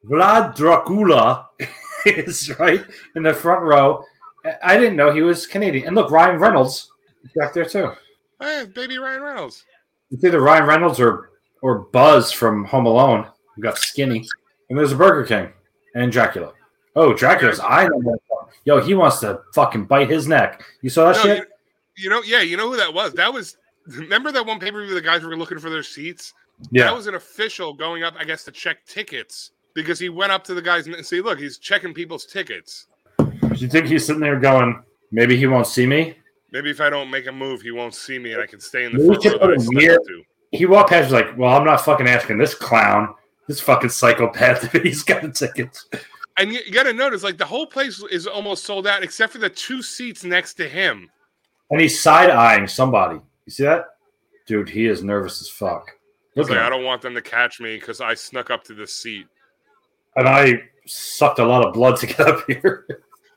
Vlad Dracula is right in the front row. I- I didn't know he was Canadian. And look, Ryan Reynolds is back there too. Hey, baby Ryan Reynolds. It's either Ryan Reynolds or or Buzz from Home Alone, who got skinny. And there's a Burger King and Dracula. Oh, Dracula's I know. that one. Yo, he wants to fucking bite his neck. You saw that No, shit? you, you know, yeah, you know who that was? That was [LAUGHS] remember that one pay per view the guys were looking for their seats? That was an official going up, I guess, to check tickets because he went up to the guys and see, look, he's checking people's tickets. Do you think he's sitting there going, maybe he won't see me? Maybe if I don't make a move, he won't see me and I can stay in the We front should row put that I a stepped mirror- into. He walked past, he's like, well, I'm not fucking asking this clown, this fucking psychopath, [LAUGHS] if he's got the tickets. And you, you gotta notice, like the whole place is almost sold out except for the two seats next to him. And he's side eyeing somebody. You see that? Dude, he is nervous as fuck. It's Look like at I him. don't want them to catch me because I snuck up to this seat. And I sucked a lot of blood to get up [LAUGHS] here.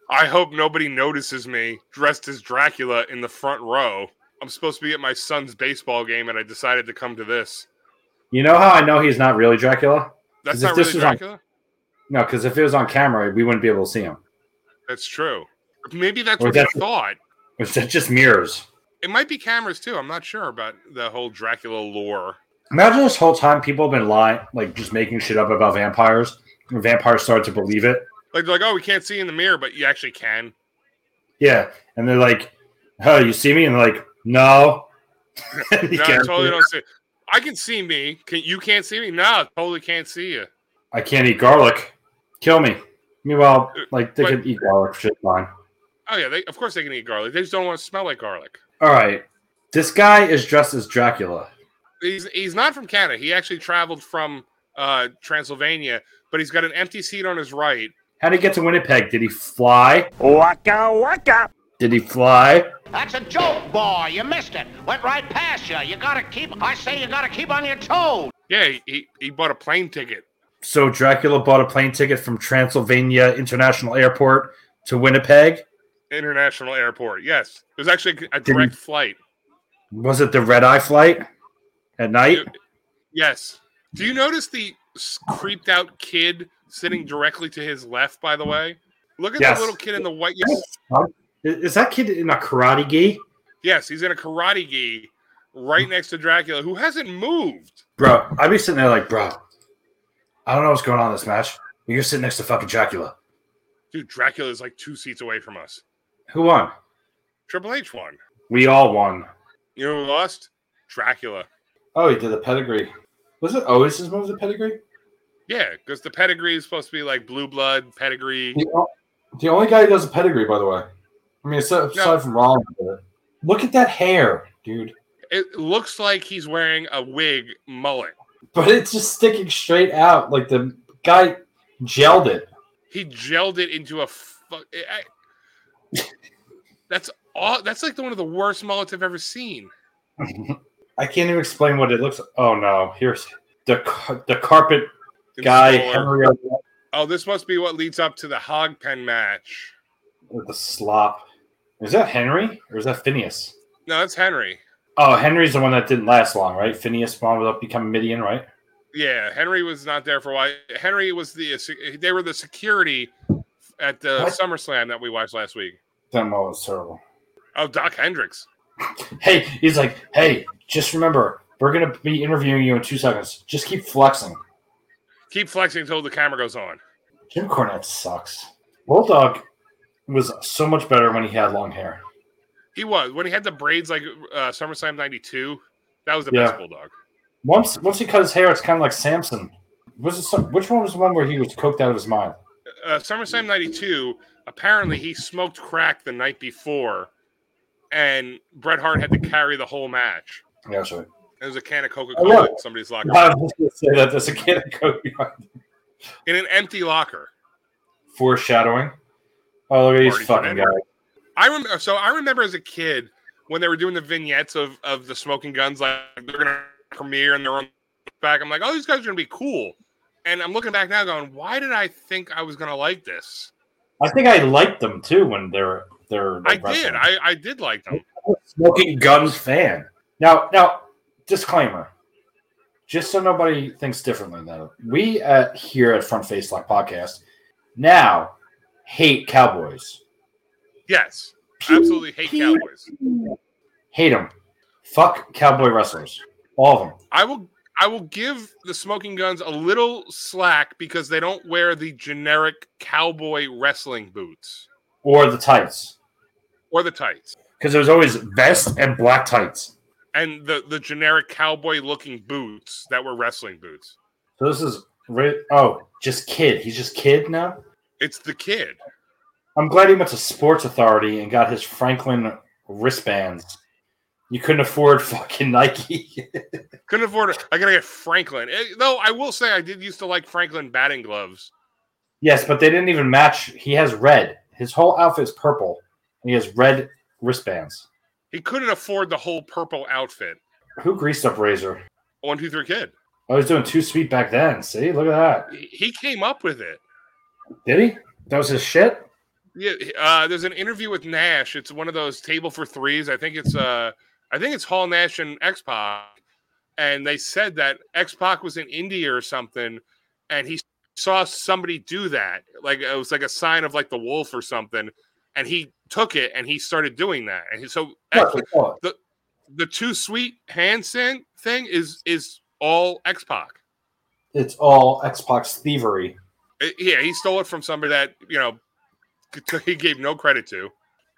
I hope nobody notices me dressed as Dracula in the front row. I'm supposed to be at my son's baseball game and I decided to come to this. You know how I know he's not really Dracula? That's Is not really this- this is on- Dracula. No, because if it was on camera, we wouldn't be able to see him. That's true. Maybe that's Or what they that's- thought. It's just mirrors. It might be cameras too. I'm not sure about the whole Dracula lore. Imagine this whole time people have been lying, like just making shit up about vampires. And vampires started to believe it. Like, they're like, oh, we can't see in the mirror, but you actually can. Yeah. And they're like, oh, you see me? And they're like, no. [LAUGHS] no, No, I totally don't see. I can see me. Can you can't see me? No, I totally can't see you. I can't eat garlic. Kill me. Meanwhile, like they Uh, But- could eat garlic shit fine. Oh yeah, they, of course they can eat garlic. They just don't want to smell like garlic. All right. This guy is dressed as Dracula. he's he's not from Canada. He actually traveled from uh, Transylvania, but he's got an empty seat on his right. How did he get to Winnipeg? Did he fly? Waka waka. Did he fly? That's a joke, boy. You missed it. Went right past you. You gotta keep. I say you gotta keep on your toes. Yeah, he, he, he bought a plane ticket. So Dracula bought a plane ticket from Transylvania International Airport to Winnipeg. International airport. Yes, it was actually a he- direct flight. Was it the red eye flight at night? It- yes. Do you notice the s- creeped out kid sitting directly to his left? By the way, look at Yes. the little kid in the white. Yes, Is is that kid in a karate gi? yes, he's in a karate gi right next to Dracula, who hasn't moved. Bro, I'd be sitting there like, bro, I don't know what's going on in this match. But you're sitting next to fucking Dracula. Dude, Dracula is like two seats away from us. Who won? Triple H won. We all won. You know who lost? Dracula. Oh, he did the pedigree. Was it always his move, the pedigree? Yeah, because the pedigree is supposed to be like blue blood pedigree. The only guy who does a pedigree, by the way. I mean, aside, aside from Ron. Look at that hair, dude. It looks like he's wearing a wig mullet. but it's just sticking straight out. Like the guy gelled it. He gelled it into a. Fu- I, that's all. That's like the one of the worst mullets I've ever seen. [LAUGHS] I can't even explain what it looks. Oh no, here's the car- the carpet guy Installer. Henry Oh, this must be what leads up to the hog pen match. with the slop. Is that Henry or is that Phineas? No, that's Henry. Oh, Henry's the one that didn't last long, right? Phineas wound up becoming Midian, right? Yeah, Henry was not there for a while. Henry was the uh, they were the security at the What? SummerSlam that we watched last week. That moment was terrible. Oh, Doc Hendricks. Hey, he's like, hey, just remember, we're gonna be interviewing you in two seconds. Just keep flexing. Keep flexing until the camera goes on. Jim Cornette sucks. Bulldog was so much better when he had long hair. He was when he had the braids like uh, SummerSlam '92. That was the Yeah. best bulldog. Once once he cut his hair, it's kind of like Samson. Was it some, which one was the one where he was coked out of his mind? Uh, SummerSlam '92. Apparently, he smoked crack the night before, and Bret Hart had to carry the whole match. Yeah, that's right. [LAUGHS] There was a can of Coca Oh, Cola yeah. in somebody's locker I was just gonna say that there's a kid that could be in an empty locker. foreshadowing. Oh, look at these Marty fucking guys. Jannetty. I remember. So I remember as a kid when they were doing the vignettes of of the smoking guns, like they're gonna premiere and they're on back. I'm like, oh, these guys are gonna be cool. And I'm looking back now, going, why did I think I was gonna like this? I think I liked them too when they're they're. I they're did. wrestling. I, I did like them. smoking guns fan. Now, now, disclaimer. Just so nobody thinks differently than that, we at, here at Front Face Lock Podcast now hate Cowboys. Yes, absolutely hate Cowboys. Hate them. Fuck Cowboy wrestlers. All of them. I will. I will give the smoking guns a little slack because they don't wear the generic cowboy wrestling boots Or the tights. or the tights Because there's always vest and black tights. and the the generic cowboy looking boots that were wrestling boots. So this is. Ri- Oh, just kid. He's just kid now? It's the kid. I'm glad he went to Sports Authority and got his Franklin wristbands. You couldn't afford [LAUGHS] fucking Nike. [LAUGHS] Couldn't afford it. I gotta get Franklin. Eh, though I will say I did used to like Franklin batting gloves. yes, but they didn't even match. He has red. His whole outfit is purple, and he has red wristbands. He couldn't afford the whole purple outfit. Who greased up Razor? One, two, three, kid. I was doing too sweet back then. See, look at He- He came up with it. that. Did he? That was his shit. Yeah. Uh, there's an interview with Nash. It's one of those table for threes. I think it's uh, I think it's Hall Nash and X Pac, and they said that X Pac was in India or something, and he saw somebody do that. Like it was like a sign of like the wolf or something, and he took it and he started doing that. And he, so Look, look, look. the too sweet hand sin thing is is all X Pac. It's all Xbox thievery. Yeah, he stole it from somebody that you know [LAUGHS] he gave no credit to.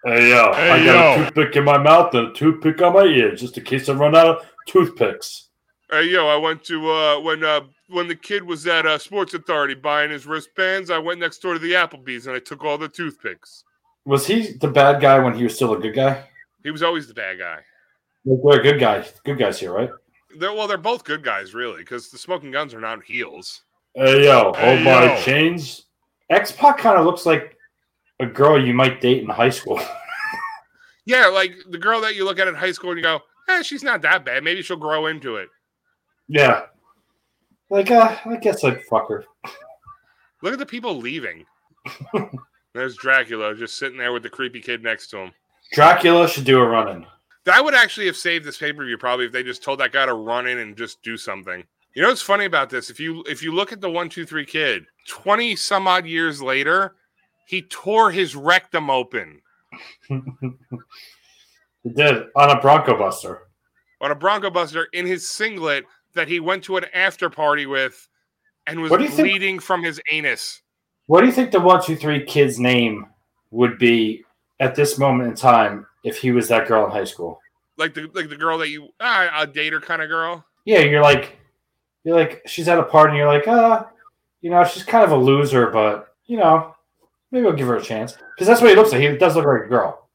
Hey yo, I got a toothpick in my mouth and a toothpick on my ear, just in case I run out of toothpicks. Hey, yo, I went to uh, when uh, when the kid was at uh, Sports Authority buying his wristbands. I went next door to the Applebee's and I took all the toothpicks. Was he the bad guy when he was still a good guy? He was always the bad guy. Like, We're good guys. Good guys here, right? They're, well, they're both good guys, really, because the smoking guns are not heels. Hey yo, Hey, hold Oh my yo. chains. X Pac kind of looks like a girl you might date in high school. [LAUGHS] Yeah, like the girl that you look at in high school and you go, eh, she's not that bad. Maybe she'll grow into it. yeah. Like, uh, I guess I'd fuck her. Look at the people leaving. There's Dracula just sitting there with the creepy kid next to him. Dracula should do a run in. That would actually have saved this pay per view probably if they just told that guy to run in and just do something. You know what's funny about this? If you if you look at the one two three kid, twenty some odd years later, he tore his rectum open He did on a Bronco Buster. on a Bronco Buster in his singlet that he went to an after party with, and was What do you think- bleeding from his anus. What do you think the one two three kid's name would be at this moment in time if he was that girl in high school? Like the like the girl that you ah, I'll date her kind of girl. Yeah, you're like, you're like, she's at a party, and you're like, uh, you know, she's kind of a loser, but you know, maybe I'll give her a chance because that's what he looks like. He does look like a girl.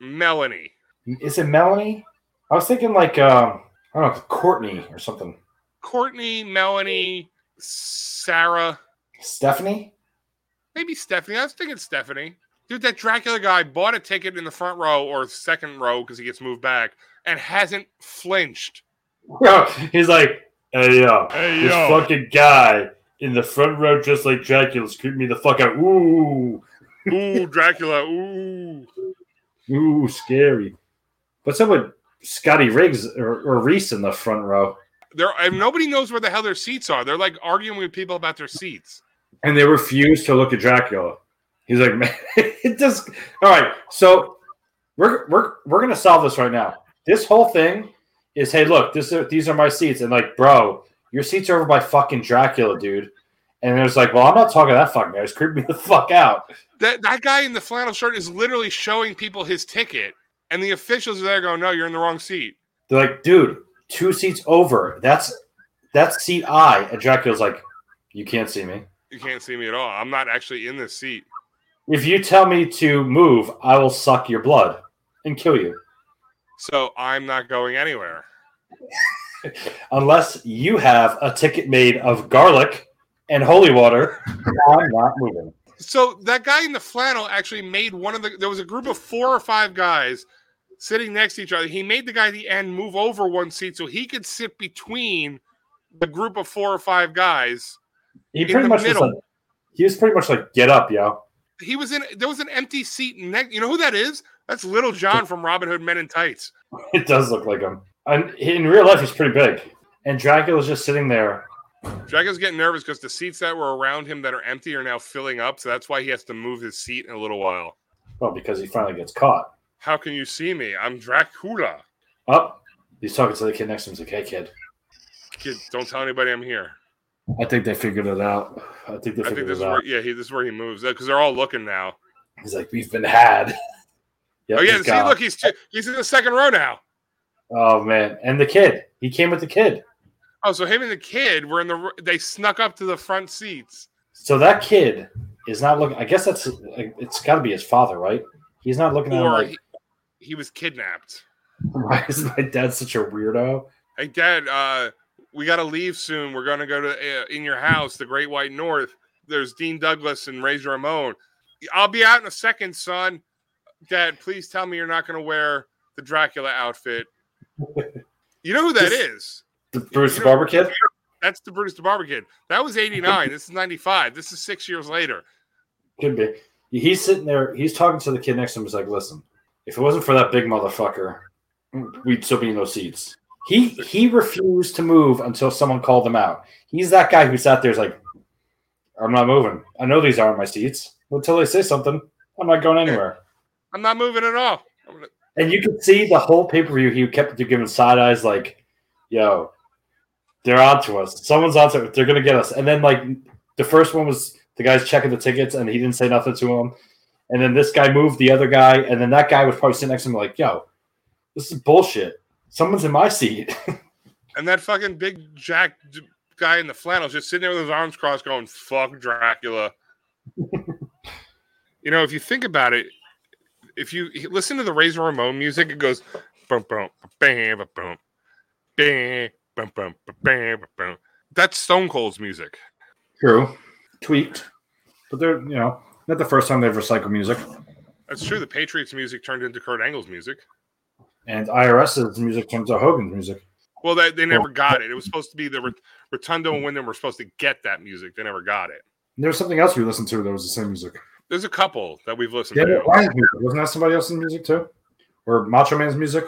Melanie. Is it Melanie? I was thinking like, um, I don't know, Courtney or something. Courtney, Melanie, Sarah. Stephanie. [LAUGHS] Maybe Stephanie. I was thinking Stephanie. Dude, that Dracula guy bought a ticket in the front row or second row because he gets moved back and hasn't flinched. Yo, he's like, hey yo, Hey, this yo. fucking guy in the front row dressed like Dracula's creeping me the fuck out. Ooh, Ooh, Dracula. Ooh. ooh, scary. What's up with Scotty Riggs or, or Reese in the front row? There and nobody knows where the hell their seats are. They're like arguing with people about their seats. and they refuse to look at Dracula. He's like, [LAUGHS] man, it just all right. So we're we're we're gonna solve this right now. This whole thing is, hey, look, this are, these are my seats, and like, bro, your seats are over by fucking Dracula, dude. And it's like, well, I'm not talking to that fucking guy. It's creeping me the fuck out. That that guy in the flannel shirt is literally showing people his ticket, and the officials are there going, "No, you're in the wrong seat." They're like, dude, two seats over. That's that's seat I. And Dracula's like, you can't see me. You can't see me at all. I'm not actually in this seat. If you tell me to move, I will suck your blood and kill you. So I'm not going anywhere. unless you have a ticket made of garlic and holy water, [LAUGHS] I'm not moving. So that guy in the flannel actually made one of the. There was a group of four or five guys sitting next to each other. He made the guy at the end move over one seat so he could sit between the group of four or five guys. He In pretty the much was middle. like, he was pretty much like, get up, yo. [LAUGHS] He was in. There was an empty seat next. You know who that is? That's Little John from Robin Hood Men in Tights. It does look like him. And he- in real life, he's pretty big. And Dracula's just sitting there. Drago's getting nervous because the seats that were around him that are empty are now filling up, so that's why he has to move his seat in a little while. Well, because he finally gets caught. How can you see me? I'm Dracula. Up. He's talking to the kid next to him. He's like, hey, kid. Kid, don't tell anybody I'm here. I think they figured it out. I think they I think figured this is it where, out. yeah, he, this is where he moves because they're all looking now. He's like, we've been had. [LAUGHS] Yep, oh yeah, he's see, gone. look, he's two, he's in the second row now. Oh, man. And the kid. He came with the kid. Oh, so him and the kid were in the. r- They snuck up to the front seats. So that kid is not looking. I guess that's it's got to be his father, right? He's not looking at him Or like, he, he was kidnapped. [LAUGHS] why is my dad such a weirdo? Hey, Dad, uh, we got to leave soon. We're going to go to uh, in your house, the Great White North. There's Dean Douglas and Razor Ramon. I'll be out in a second, son. Dad, please tell me you're not going to wear the Dracula [LAUGHS] outfit. You know who that Just- is? The Bruce You the know- Barber kid. That's the Brutus the Barber Kid. That was 89. This is 95. This is six years later. Could be. He's sitting there. He's talking to the kid next to him. He's like, "Listen, if it wasn't for that big motherfucker, we'd still be in those seats." He he refused to move until someone called him out. He's that guy who sat there's like, "I'm not moving. I know these aren't my seats. Until they say something, I'm not going anywhere." I'm not moving at all. I'm gonna- And you could see the whole pay per view. He kept giving side eyes, like, "Yo, they're onto us. Someone's onto. They're gonna get us." And then like the first one was the guy's checking the tickets, and he didn't say nothing to him. And then this guy moved the other guy, and then that guy was probably sitting next to him, like, "Yo, this is bullshit. Someone's in my seat." [LAUGHS] And that fucking big Jack d- guy in the flannels just sitting there with his arms crossed, going "fuck Dracula." [LAUGHS] you know, if you think about it, if you h- listen to the Razor Ramon music, it goes bum bum bam bum bum bam bum bum ba- bam ba- bum. That's Stone Cold's music. True, tweaked, but they're you know not the first time they've recycled music. That's true. The Patriots music turned into Kurt Angle's music. And IRS's music turns to Hogan's music. Well, that they never got it. It was supposed to be the Rot- Rotundo and Wyndham were supposed to get that music. They never got it. And there was something else we listened to that was the same music. There's a couple that we've listened Yeah, to. but Lion's music. wasn't that somebody else's music too? Or Macho Man's music?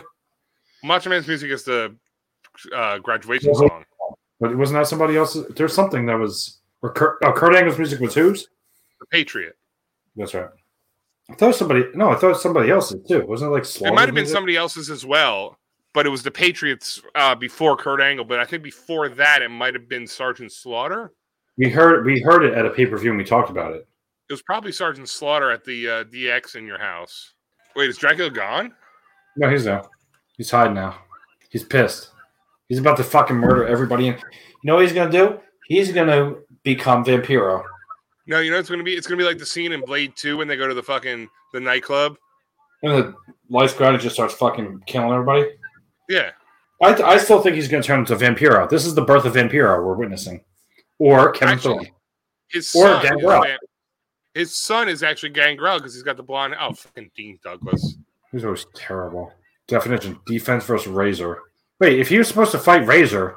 Macho Man's music is the uh, graduation Yeah, but- song. But wasn't that somebody else's? There's something that was. Or Kurt, oh, Kurt Angle's music was whose? The Patriot. That's right. I thought it was somebody. No, I thought it was somebody else's too. Wasn't it like Slaughter? It might have been music? somebody else's as well, but it was the Patriots uh, before Kurt Angle. But I think before that, it might have been Sergeant Slaughter. We heard we heard it at a pay per view and we talked about it. It was probably Sergeant Slaughter at the uh, DX in your house. Wait, is Dracula gone? No, he's now. He's hiding now. He's pissed. He's about to fucking murder everybody. In. You know what he's gonna do? He's gonna become Vampiro. No, you know what it's gonna be. It's gonna be like the scene in Blade Two when they go to the fucking the nightclub. And the lights go out and just starts fucking killing everybody. Yeah, I, I still think he's going to turn into Vampiro. This is the birth of Vampiro we're witnessing, or Kevin Actually, Thorne. his Or son. is Gangrel. Van- His son is actually Gangrel because he's got the blonde. Oh, fucking Dean Douglas. He's always terrible. Definition: defense versus Razor. Wait, if he was supposed to fight Razor,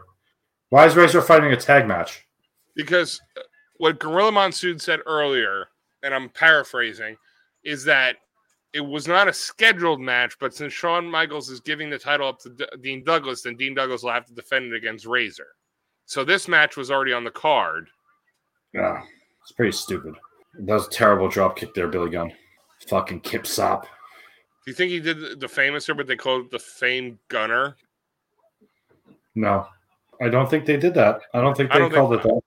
why is Razor fighting a tag match? Because uh, what Gorilla Monsoon said earlier, and I'm paraphrasing, is that it was not a scheduled match, but since Shawn Michaels is giving the title up to D- Dean Douglas, then Dean Douglas will have to defend it against Razor. So this match was already on the card. Yeah, it's pretty stupid. That was a terrible drop kick there, Billy Gunn. Fucking kip sop. Do you think he did the- the famouser, but they called it the Fame Gunner? No, I don't think they did that. I don't think I they don't called think- it that.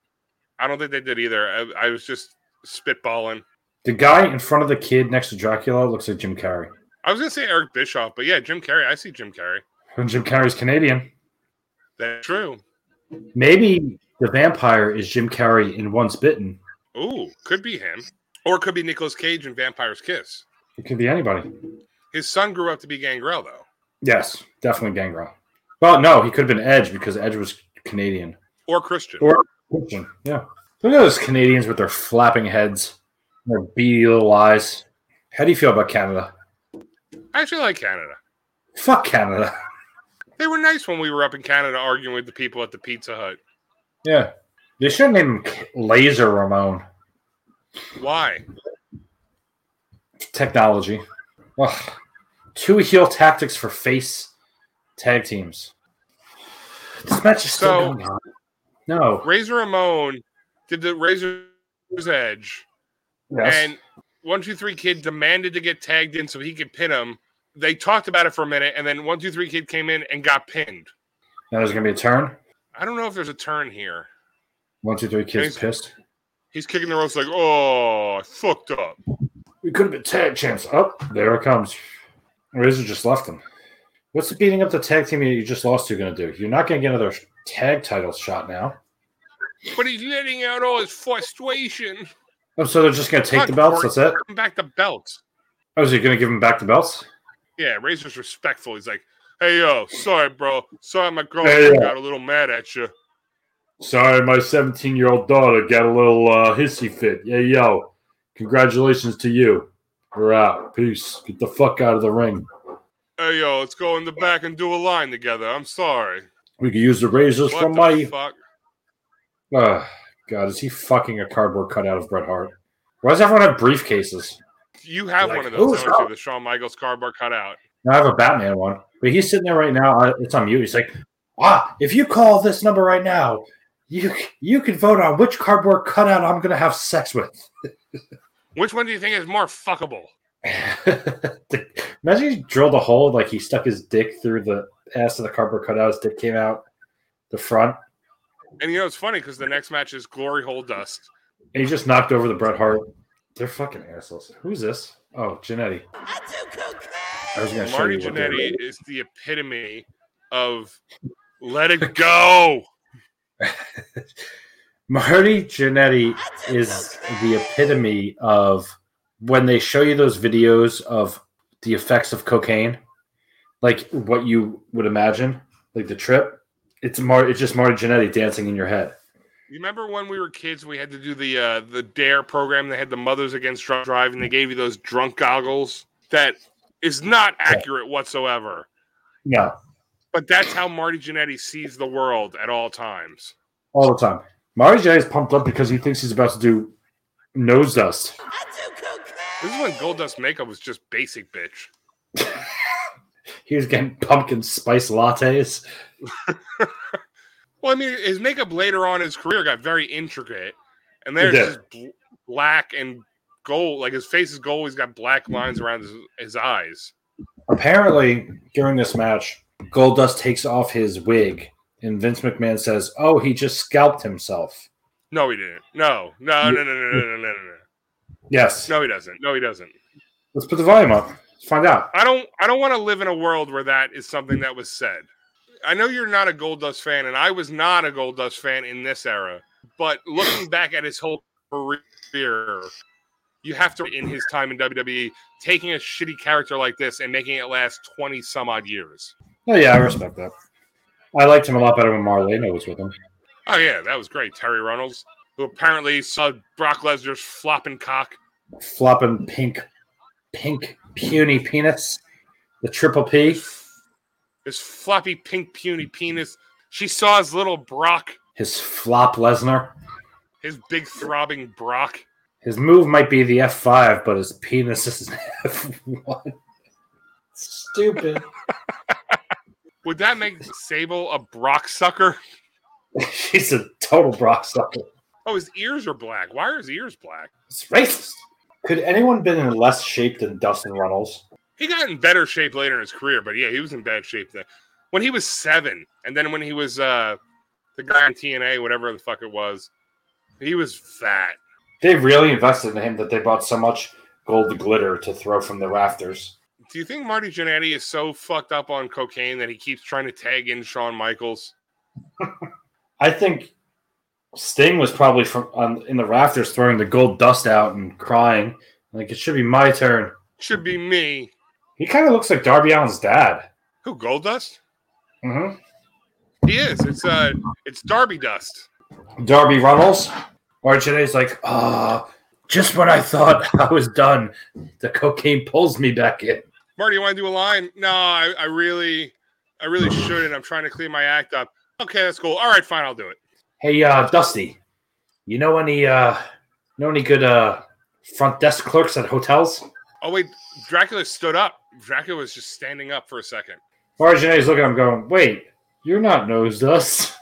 I don't think they did either. I, I was just spitballing. The guy in front of the kid next to Dracula looks like Jim Carrey. I was gonna say Eric Bischoff, but yeah, Jim Carrey. I see Jim Carrey. And Jim Carrey's Canadian. That's true. Maybe the vampire is Jim Carrey in Once Bitten. Ooh, could be him, or it could be Nicolas Cage in Vampire's Kiss. It could be anybody. His son grew up to be Gangrel, though, Yes, definitely Gangrel. Well, no, he could have been Edge because Edge was Canadian. or Christian. Or Christian, yeah. Look at those Canadians with their flapping heads, their beady little eyes. How do you feel about Canada? I actually like Canada. Fuck Canada. They were nice when we were up in Canada arguing with the people at the Pizza Hut. Yeah. They should have named him Laser Ramon. Why? Technology. Ugh. Two heel tactics for face tag teams. This match is still So- going on. No. Razor Ramon did the Razor's Edge, Yes. and One Two Three Kid demanded to get tagged in so he could pin him. They talked about it for a minute, and then One Two Three Kid came in and got pinned. now there's going to be a turn. I don't know if there's a turn here. One, two, three, kids Thanks. pissed. He's kicking the ropes like, oh, I fucked up. We could have been tag champs. Oh, there it comes. Razor just left him. What's the beating up the tag team you just lost to going to do? You're not going to get another tag title shot now. But he's letting out all his frustration. Oh, so they're just going to take the belts? That's it? Come back the belts. Oh, so you're going to give them back the belts? Yeah, Razor's respectful. He's like, hey, yo, sorry, bro. Sorry, my girlfriend yo. got a little mad at you. Sorry, my 17 year old daughter got a little uh, hissy fit. Yeah, yo. Congratulations to you. We're out. Peace. Get the fuck out of the ring. Hey, yo, let's go in the back and do a line together. I'm sorry. We could use the razors What from the my. fuck? Ugh, God, is he fucking a cardboard cutout of Bret Hart? Why does everyone have briefcases? You have Like, one of those, who's don't you? up? The Shawn Michaels cardboard cutout. Now I have a Batman one, but he's sitting there right now. I- It's on mute. He's like, ah, if you call this number right now, you you can vote on which cardboard cutout I'm gonna have sex with. [LAUGHS] Which one do you think is more fuckable? Imagine he drilled a hole like he stuck his dick through the ass of the cardboard cutout. His dick came out the front, And you know, it's funny because the next match is Glory Hole Dust. and he just knocked over the Bret Hart. They're fucking assholes. Who's this? Oh, Janetti. I was gonna show Marty you what they- Jannetty is the epitome of let it go. Marty Jannetty is the epitome of when they show you those videos of the effects of cocaine, like what you would imagine, like the trip. It's Mar- It's just Marty Jannetty dancing in your head. You remember when we were kids, we had to do the uh, the Dare program. They had the Mothers Against Drunk Driving. They gave you those drunk goggles that is not accurate whatsoever. No, But that's how Marty Jannetty sees the world at all times. all the time. Marty Jannetty is pumped up because he thinks he's about to do nose dust. This is when Goldust makeup was just basic, bitch. He was getting pumpkin spice lattes. Well, I mean, his makeup later on in his career got very intricate, and there's did. just bl- black and gold. Like his face is gold. He's got black lines around his, his eyes. Apparently, during this match, Goldust takes off his wig, and Vince McMahon says, "Oh, he just scalped himself." No, he didn't. No, no, no, no, no, no, no, no, no, no. Yes. No, he doesn't. No, he doesn't. Let's put the volume up. Let's find out. I don't. I don't want to live in a world where that is something that was said. I know you're not a Gold Dust fan, and I was not a Gold Dust fan in this era. But looking back at his whole career, you have to in his time in WWE taking a shitty character like this and making it last twenty some odd years. Oh yeah, I respect that. I liked him a lot better when Marlena was with him. Oh yeah, that was great. Terry Runnels, who apparently saw Brock Lesnar's flopping cock flopping pink, pink puny penis, the triple P, His floppy pink puny penis. She saw his little Brock, his flop Lesnar. his big throbbing Brock. His move might be the F five, but his penis is [LAUGHS] F one. Stupid. Would that make Sable a Brock sucker? She's a total Brock sucker. Oh, his ears are black. Why are his ears black? It's racist. Could anyone been in less shape than Dustin Runnels? He got in better shape later in his career, but yeah, he was in bad shape then. When he was seven, and then when he was uh the guy in TNA, whatever the fuck it was, he was fat. They really invested in him that they bought so much gold glitter to throw from the rafters. Do you think Marty Jannetty is so fucked up on cocaine that he keeps trying to tag in Shawn Michaels? I think Sting was probably from on, in the rafters throwing the gold dust out and crying. Like it should be my turn. Should be me. He kind of looks like Darby Allen's dad. Who Goldust? hmm He is. It's uh, it's Darby Dust. Darby Runnels. Or today's like, ah, just when I thought [LAUGHS] I was done, the cocaine pulls me back in. Marty, you want to do a line? No, I, I really, I really shouldn't. I'm trying to clean my act up. Okay, that's cool. All right, fine, I'll do it. Hey, uh, Dusty, you know any uh, know any good uh, front desk clerks at hotels? Oh wait, Dracula stood up. Dracula was just standing up for a second. Or Janae's looking at him going, wait, you're not nose dust.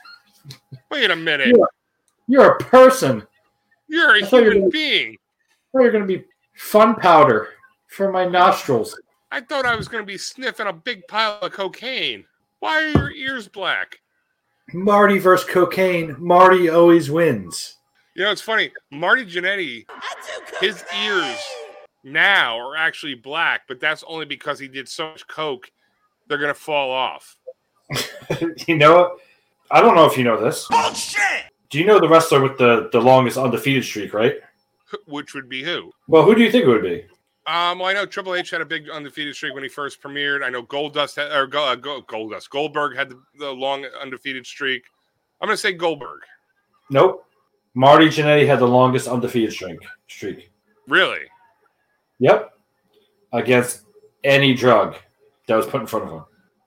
Wait a minute. Yeah. You're a person. You're a I thought you were human gonna- being. Or you're going to be fun powder for my nostrils. I thought I was going to be sniffing a big pile of cocaine. Why are your ears black? Marty versus cocaine. Marty always wins. You know, it's funny. Marty Jannetty, his ears now are actually black, but that's only because he did so much coke. They're gonna fall off. you know what? I don't know if you know this. Bullshit! Do you know the wrestler with the, the longest undefeated streak, right? Which would be who? Well, who do you think it would be? Um, well, I know Triple H had a big undefeated streak when he first premiered. I know Goldust had, or Go- uh, Go- Goldust Goldberg had the, the long undefeated streak. I'm gonna say Goldberg. Nope. Marty Jannetty had the longest undefeated streak. streak. Really? Yep. Against any drug that was put in front of him.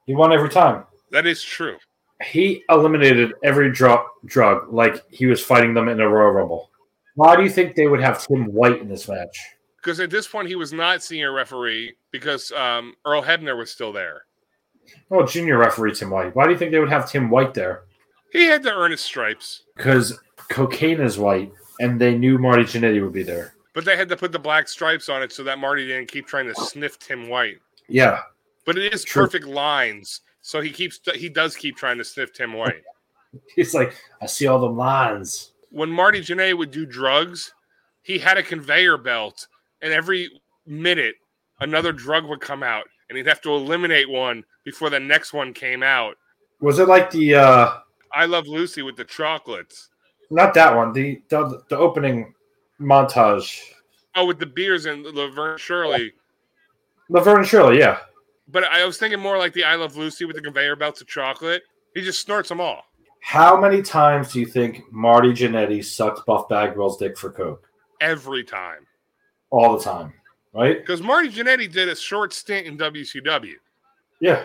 He won every time. That is true. He eliminated every dro- drug like he was fighting them in a Royal Rumble. Why do you think they would have Tim White in this match? Because at this point he was not senior referee because um, Earl Hebner was still there. Oh, junior referee Tim White. Why do you think they would have Tim White there? He had to earn his stripes. Because cocaine is white, and they knew Marty Jannetty would be there. But they had to put the black stripes on it so that Marty didn't keep trying to sniff Tim White. Yeah. [LAUGHS] But it is True. perfect lines, so he keeps he does keep trying to sniff Tim White. He's like, I see all them lines. When Marty Jannetty would do drugs, he had a conveyor belt, and every minute another drug would come out, and he'd have to eliminate one before the next one came out. Was it like the uh I love Lucy with the chocolates. not that one, the the, the opening montage. Oh, with the beers and Laverne Shirley. Laverne and Shirley, yeah. But I was thinking more like the I Love Lucy with the conveyor belts of chocolate. He just snorts them all. How many times do you think Marty Jannetty sucked Buff Bagwell's dick for coke? every time. All the time, right? Because Marty Jannetty did a short stint in WCW, Yeah.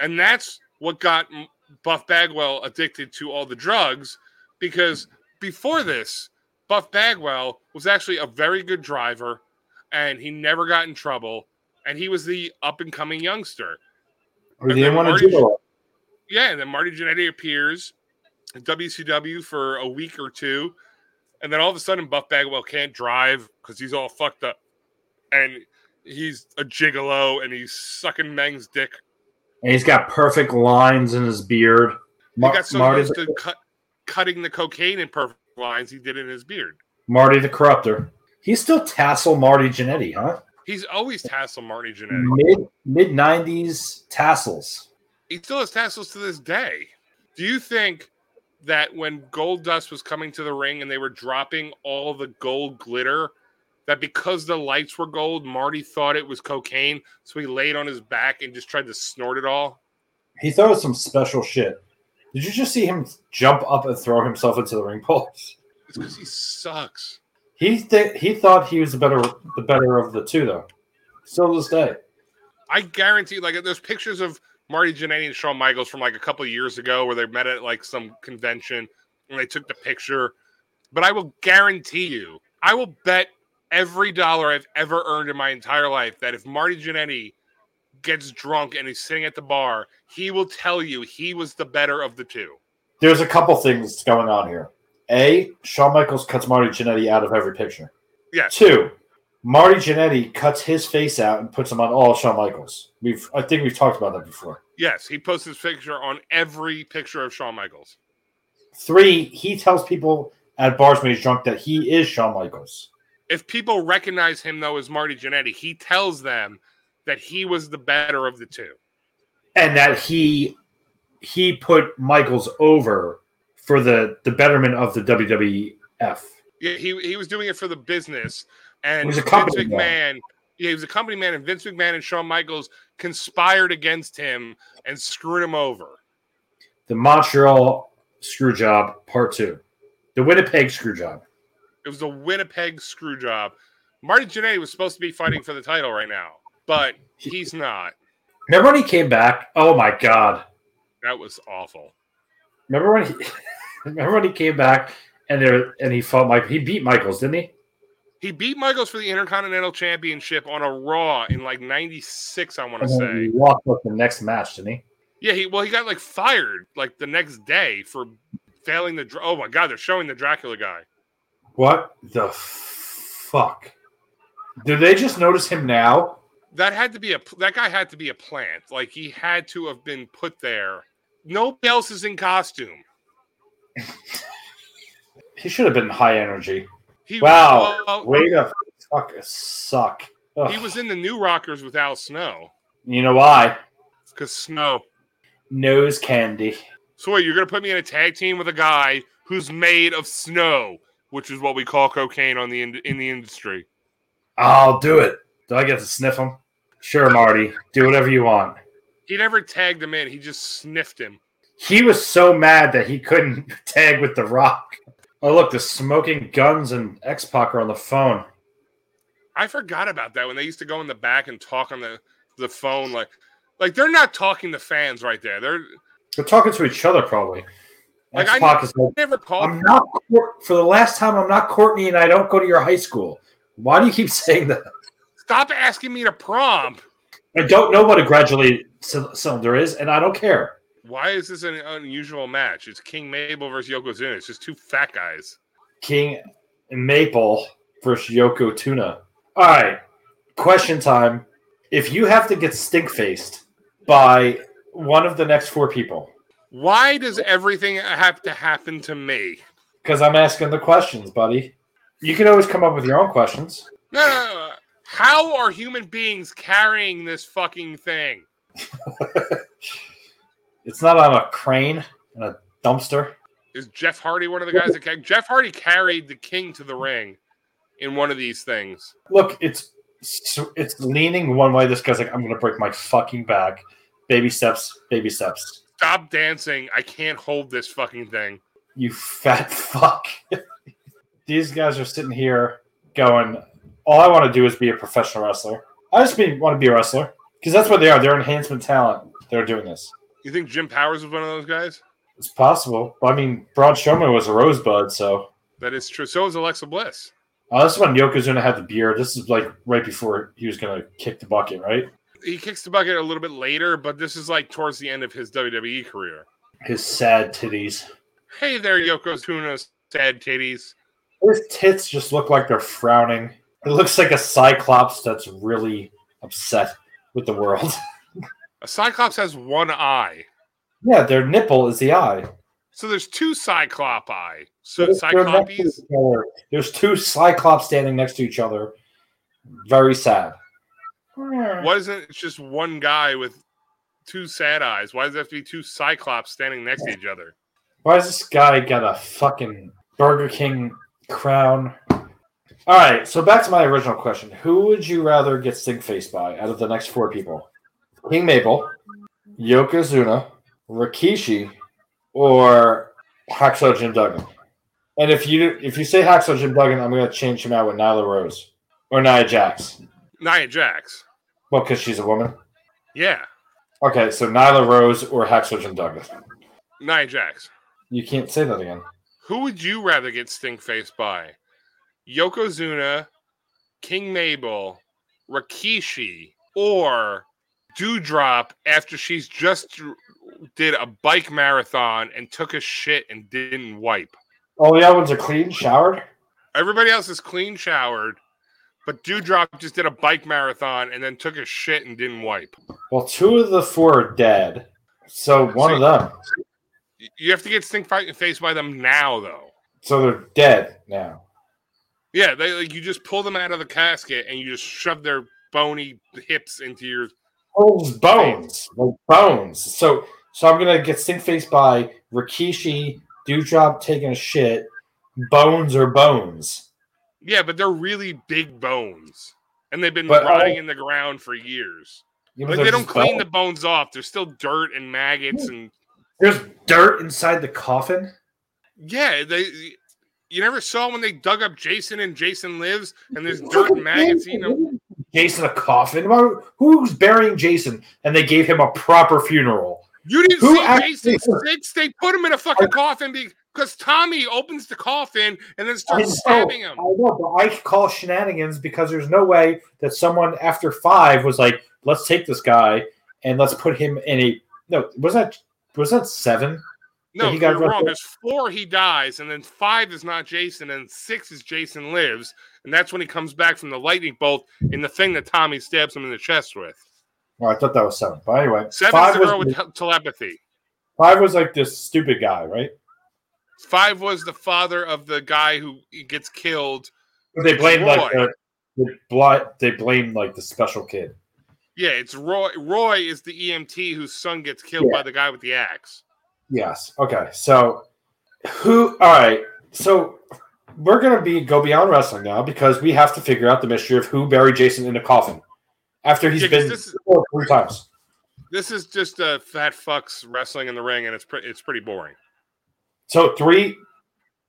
and that's what got M- Buff Bagwell addicted to all the drugs. Because before this, Buff Bagwell was actually a very good driver, and he never got in trouble, and he was the up and coming youngster. Or they And didn't then want Marty- to do it. Yeah, and then Marty Jannetty appears at WCW for a week or two, and then all of a sudden Buff Bagwell can't drive because he's all fucked up, and he's a gigolo and he's sucking Meng's dick. And he's got perfect lines in his beard. He Mar- got so Marty, used the, to cut, cutting the cocaine in perfect lines he did in his beard. Marty the Corruptor. He's still tassel Marty Jannetty, huh? He's always tassel Marty Jannetty. Mid mid nineties tassels. He still has tassels to this day. Do you think that when Gold Dust was coming to the ring and they were dropping all the gold glitter, that because the lights were gold, Marty thought it was cocaine, so he laid on his back and just tried to snort it all? He throws some special shit. Did you just see him jump up and throw himself into the ring [LAUGHS] post? It's because he sucks. He th- he thought he was the better the better of the two though. Still to this day. I guarantee, like, there's pictures of Marty Jannetty and Shawn Michaels from like a couple of years ago where they met at like some convention and they took the picture. But I will guarantee you, I will bet every dollar I've ever earned in my entire life that if Marty Jannetty gets drunk and he's sitting at the bar, he will tell you he was the better of the two. There's a couple things going on here. A, Shawn Michaels cuts Marty Jannetty out of every picture. Yes. Two, Marty Jannetty cuts his face out and puts him on all Shawn Michaels. We've I think we've talked about that before. Yes, he posts his picture on every picture of Shawn Michaels. Three, he tells people at bars when he's drunk that he is Shawn Michaels. If people recognize him though as Marty Jannetty, he tells them that he was the better of the two. and that he he put Michaels over for the the betterment of the WWF. Yeah, he he was doing it for the business, and He was a Vince company McMahon. man. Yeah, he was a company man, and Vince McMahon and Shawn Michaels conspired against him and screwed him over. The Montreal screw job part two. The Winnipeg screw job. It was a Winnipeg screw job. Marty Jannetty was supposed to be fighting for the title right now, but he's not. Remember when he came back? Oh my god. That was awful. Remember when he [LAUGHS] remember when he came back and there and he fought Mike he beat Michaels, didn't he? He beat Michaels for the Intercontinental Championship on a Raw in like '96, I want to And then he say. lost like, the next match, didn't he? Yeah, he well, he got like fired like the next day for failing the. Dra- Oh my God, they're showing the Dracula guy. What the fuck? Did they just notice him now? that had to be a that guy had to be a plant. Like he had to have been put there. Nobody else is in costume. He should have been high energy. He Wow. well, Way to fuck suck. Ugh. he was in the New Rockers with Al Snow You know why? because Snow. Nose candy. So wait, you're gonna put me in a tag team with a guy who's made of snow, which is what we call cocaine on the in, in the industry. I'll do it. Do I get to sniff him? Sure, Marty. Do whatever you want. He never tagged him in. He just sniffed him. He was so mad that he couldn't [LAUGHS] tag with The Rock. Oh, look, the smoking guns and X Pac are on the phone. I forgot about that when they used to go in the back and talk on the the phone like like they're not talking to fans right there. They're They're talking to each other, probably. Like, X Pac is like, never called. I'm not, Cour- for the last time, I'm not Courtney and I don't go to your high school. Why do you keep [LAUGHS] saying that? Stop asking me to prom. I don't know what a graduated cyl- cylinder is, and I don't care. Why is this an unusual match? It's King Mabel versus Yokozuna. It's just two fat guys. King Maple versus Yoko Tuna. All right, question time. If you have to get stink faced by one of the next four people, Why does everything have to happen to me? because I'm asking the questions, buddy, you can always come up with your own questions. No, no, no, no. How are human beings carrying this fucking thing? It's not on a crane and a dumpster. Is Jeff Hardy one of the guys that ca- Jeff Hardy carried the king to the ring in one of these things? Look, it's it's leaning one way. This guy's like, I'm gonna break my fucking back. Baby steps, baby steps. Stop dancing. I can't hold this fucking thing. You fat [LAUGHS] fuck. These guys are sitting here going, all I want to do is be a professional wrestler. I just be, want to be a wrestler because that's what they are. They're enhancement talent. They're doing this. You think Jim Powers was one of those guys? It's possible. But I mean, Braun Strowman was a rosebud, so. That is true. So is Alexa Bliss. Oh, this is when Yokozuna had the beard. This is like right before he was going to kick the bucket, right? he kicks the bucket a little bit later, but this is like towards the end of his WWE career. His sad titties. Hey there, Yokozuna, sad titties. His tits just look like they're frowning. It looks like a cyclops that's really upset with the world. [LAUGHS] A Cyclops has one eye, yeah, their nipple is the eye. so there's two Cyclop eye. So They're next to Cyclopes. each other. There's two Cyclops standing next to each other. Very sad. Why isn't it just one guy with two sad eyes? Why does it have to be two Cyclops standing next to each other? Why does this guy got a fucking Burger King crown? All right, so back to my original question: Who would you rather get stink faced by out of the next four people? King Maple, Yokozuna, Rikishi, or Hacksaw Jim Duggan? And if you if you say Hacksaw Jim Duggan, I'm gonna change him out with Nyla Rose or Nia Jax. Nia Jax. Well, because she's a woman. Yeah, Okay, so Nyla Rose or Hacksaw Jim Duggan. Nia Jax. You can't say that again. Who would you rather get stink faced by? Yokozuna, King Mabel, Rikishi, or Dewdrop after she's just did a bike marathon and took a shit and didn't wipe? All the other ones are clean, showered. Everybody else is clean showered, but Dewdrop just did a bike marathon and then took a shit and didn't wipe. Well, two of the four are dead. So one of them. Y- You have to get stink fi- faced by them now, though. So they're dead now. Yeah, they like you just pull them out of the casket and you just shove their bony hips into your Bones, bones, like bones. So, so I'm gonna get stink faced by Rikishi, Dewdrop taking a shit, bones or bones. Yeah, but they're really big bones. And they've been But uh, I- rotting in the ground for years. You know, Like they're they don't just clean the bones. bones off. There's still dirt and maggots and There's dirt inside the coffin. yeah, they you never saw when they dug up Jason and Jason lives and there's dirt and maggots, you know. Jason a coffin. Why- Who's burying Jason? And they gave him a proper funeral. You didn't Who see actually Jason hurt? six. They put him in a fucking coffin because Tommy opens the coffin and then I starts stabbing him. I know, but I call shenanigans because there's no way that someone after five was like, "Let's take this guy and let's put him in a." No, was that was that seven? No, he got you're roughed wrong. up. There's four he dies, and then five is not Jason, and six is Jason lives, and that's when he comes back from the lightning bolt in the thing that Tommy stabs him in the chest with. Well, I thought that was seven, but anyway, Seven's five the was girl with te- telepathy. five was like this stupid guy, right? Five was the father of the guy who gets killed. They blamed like Roy. the, the blind, They blamed like the special kid. Yeah, it's Roy. Roy is the EMT whose son gets killed by the guy with the axe. Yes. Okay. So who all right. So we're gonna be go beyond wrestling now because we have to figure out the mystery of who buried Jason in a coffin after he's Yeah, 'cause been this is- killed three times. This is just a fat fucks wrestling in the ring, and it's pre- it's pretty boring. So three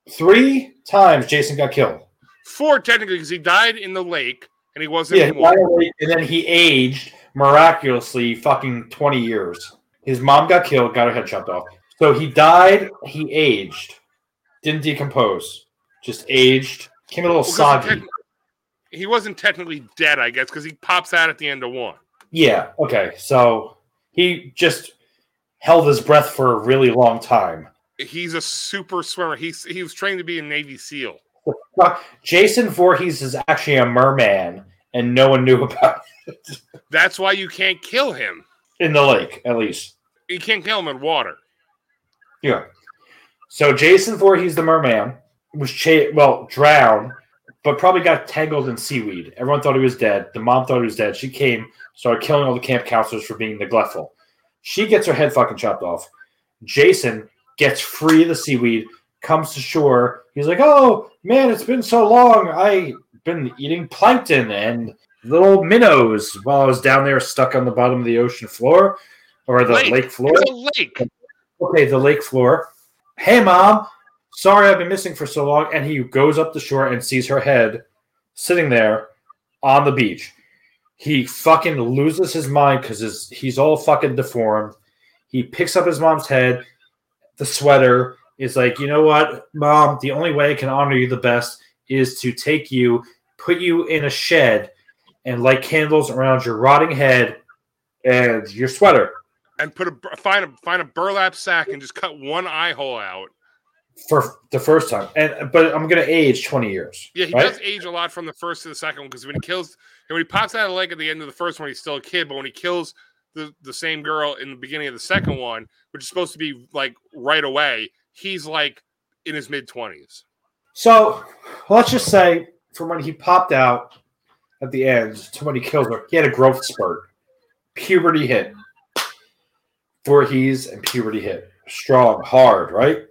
three times Jason got killed. Four technically, because he died in the lake, and he wasn't. Yeah, Yeah, he died late, and then he aged miraculously fucking 20 years. His mom got killed, got her head chopped off. So he died, he aged, didn't decompose, just aged, came a little Well, Oh, 'cause soggy. he techni- he wasn't technically dead, I guess, because he pops out at the end of one. Yeah. Okay. So he just held his breath for a really long time. He's a super swimmer. He's he was trained to be a Navy SEAL. Uh, Jason Voorhees is actually a merman, and no one knew [LAUGHS] about it That's why you can't kill him. in the lake, at least. You can't kill him in water. Yeah. So Jason Voorhees, the merman, was cha- well drowned, but probably got tangled in seaweed. Everyone thought he was dead. The mom thought he was dead. She came, started killing all the camp counselors for being neglectful. She gets her head fucking chopped off. Jason gets free of the seaweed, comes to shore. He's like, "Oh man, it's been so long. I been eating plankton and little minnows while I was down there stuck on the bottom of the ocean floor or the Lake. lake floor." It's a lake. okay, the lake floor. Hey, mom, sorry I've been missing for so long. And he goes up the shore and sees her head sitting there on the beach. He fucking loses his mind because he's all fucking deformed. He picks up his mom's head, the sweater, is like, you know what, mom, the only way I can honor you the best is to take you, put you in a shed, and light candles around your rotting head and your sweater. And put a bur- find a find a burlap sack and just cut one eye hole out. for the first time. And but I'm gonna age 20 years. Yeah, he right? does age a lot from the first to the second one because when he kills and when he pops out of the lake at the end of the first one, he's still a kid. But when he kills the, the same girl in the beginning of the second one, which is supposed to be like right away, he's like in his mid twenties. So let's just say from when he popped out at the end to when he killed her, he had a growth spurt. Puberty hit. Voorhees and puberty hit. Strong, hard, right?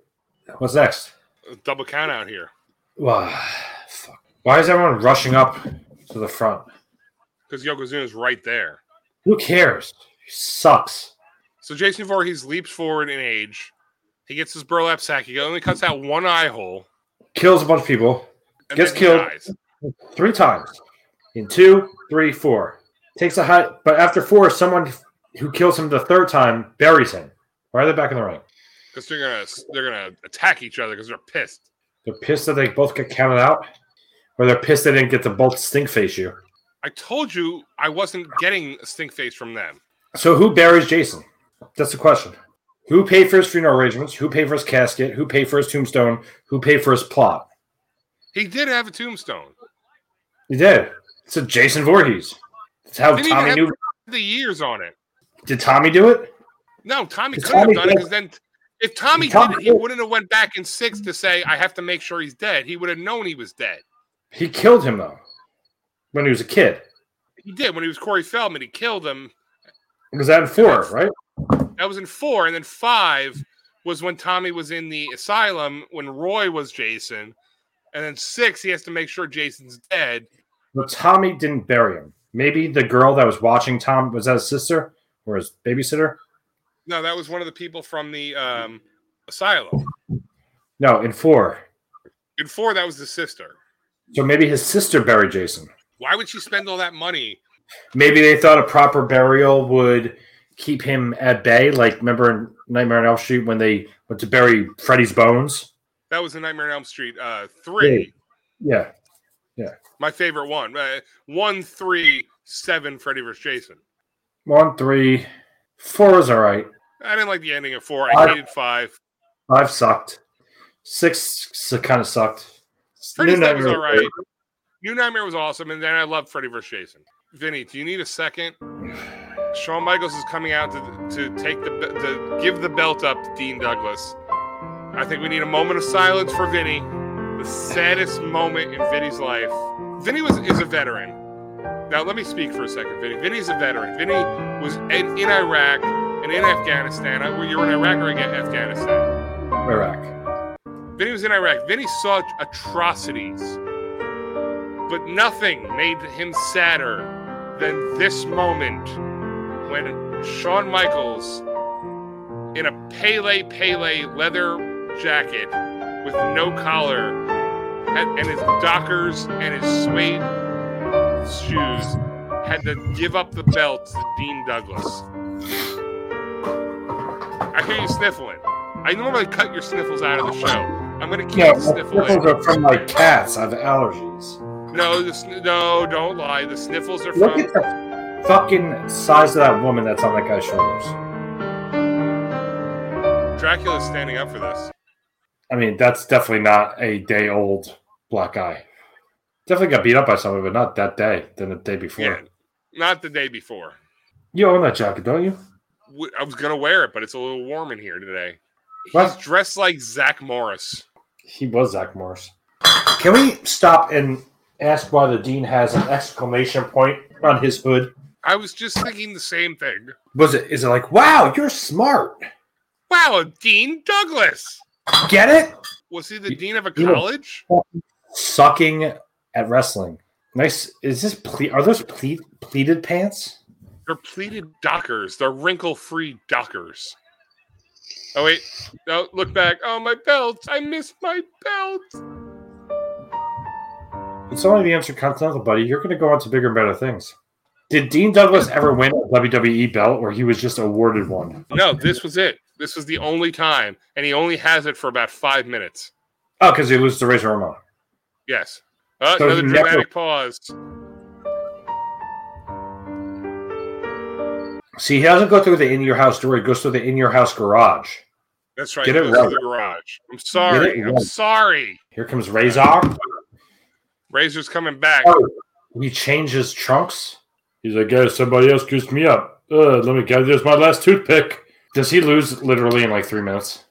What's next? double count out here Wow. Fuck. Why is everyone rushing up to the front? because Yokozuna's right there. Who cares? He sucks. So Jason Voorhees leaps forward in age. He gets his burlap sack. He only cuts out one eye hole. kills a bunch of people, And gets then he killed dies. three times. In two, three, four. Takes a high, but after four, someone who kills him the third time buries him. Right there back in the ring. because they're gonna they're gonna attack each other because they're pissed. They're pissed that they both get counted out, or they're pissed they didn't get to both stink face you. I told you I wasn't getting a stink face from them. So who buries Jason? That's the question. Who paid for his funeral arrangements? Who paid for his casket? Who paid for his tombstone? Who paid for his plot? He did have a tombstone. He did. It's a Jason Voorhees. That's how Didn't even Tommy have- knew. The years on it. Did Tommy do it? No, Tommy Did couldn't have Tommy done it get- because then if Tommy Did Tommy did it, he get- wouldn't have went back in six to say I have to make sure he's dead. He would have known he was dead. He killed him though, when he was a kid. He did when he was Corey Feldman. He killed him. It was that in four, right? That was in four, and then five was when Tommy was in the asylum when Roy was Jason, and then six he has to make sure Jason's dead. But Tommy didn't bury him. Maybe the girl that was watching Tom was that his sister or his babysitter? No, that was one of the people from the um, asylum. No, in four. In four, that was the sister. So maybe his sister buried Jason. Why would she spend all that money? Maybe they thought a proper burial would keep him at bay. Like remember in Nightmare on Elm Street when they went to bury Freddy's bones? That was the Nightmare on Elm Street uh, three. Yeah. Yeah. My favorite one. Uh, one, three, seven. Freddy vs. Jason. One, three, four was all right. I didn't like the ending of four. I- I hated five. Five sucked. Six kind of sucked. Freddy's New Night was all Nightmare- right. New Nightmare was awesome, and then I loved Freddy vs. Jason. Vinny, do you need a second? Shawn Michaels is coming out to, to take the be- to give the belt up to Dean Douglas. I think we need a moment of silence for Vinny, the saddest moment in Vinny's life. Vinny was is a veteran. Now let me speak for a second, Vinny. Vinny's a veteran. Vinny was in, in Iraq and in Afghanistan. I, you were in Iraq or in Afghanistan? Iraq. Vinny was in Iraq. Vinny saw atrocities, but nothing made him sadder than this moment when Shawn Michaels, in a Pele Pele leather jacket with no collar, had, and his Dockers and his suede shoes, had to give up the belt to Dean Douglas. I hear you sniffling. I normally cut your sniffles out of the show. I'm gonna keep Yeah, the my sniffle in. nipples are from like cats. I have allergies. No, the sn- no, don't lie. The sniffles are Look from. at the fucking size of that woman that's on that guy's shoulders. Dracula's standing up for this. I mean, that's definitely not a day old black guy. Definitely got beat up by somebody, but not that day, than the day before. Yeah, not the day before. You own that jacket, don't you? W- I was gonna wear it, but it's a little warm in here today. He's What? dressed like Zach Morris. He was Zach Morris. Can we stop and ask why the dean has an exclamation point on his hood? I was just thinking the same thing. Was it? Is it like, wow, you're smart? Wow, Dean Douglas. Get it? Was he the You- dean of a you know- college? Sucking at wrestling. Nice. Is this ple- Are those ple- pleated pants? They're pleated dockers. They're wrinkle-free dockers. Oh wait, no, look back. Oh my belt! I missed my belt. It's only the Intercontinental, buddy. You're going to go on to bigger and better things. Did Dean Douglas ever win a WWE belt, or he was just awarded one? No, this was it. This was the only time, and he only has it for about five minutes. Oh, because he loses to Razor Ramon. Yes. Uh, So another he never- dramatic pause. See, he doesn't go through the in your house door. He goes through the in your house garage. That's right. Get he goes it to right. the garage. I'm sorry. Get it I'm right. sorry. Here comes Razor. Razor's coming back. Oh, he changes trunks. He's like, guys, somebody else goosed me up. Uh, let me get There's my last toothpick. Does he lose literally in like three minutes?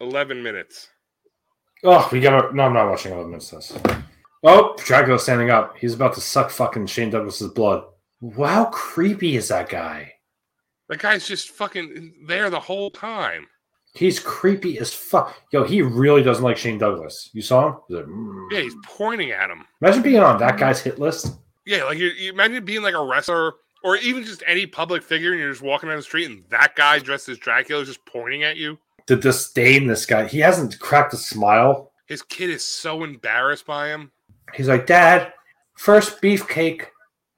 Eleven minutes. Oh, we gotta. No, I'm not watching 11 minutes. of This. Oh, Dracula's standing up. He's about to suck fucking Shane Douglas's blood. Wow, how creepy is that guy? The guy's just fucking there the whole time. He's creepy as fuck. Yo, he really doesn't like Shane Douglas. You saw him? He's like, "Mm." Yeah, he's pointing at him. Imagine being on that guy's hit list. Yeah, like you, you imagine being like a wrestler or even just any public figure, and you're just walking down the street, and that guy dressed as Dracula is just pointing at you. To disdain this guy. He hasn't cracked a smile. His kid is so embarrassed by him. He's like, Dad, first beefcake,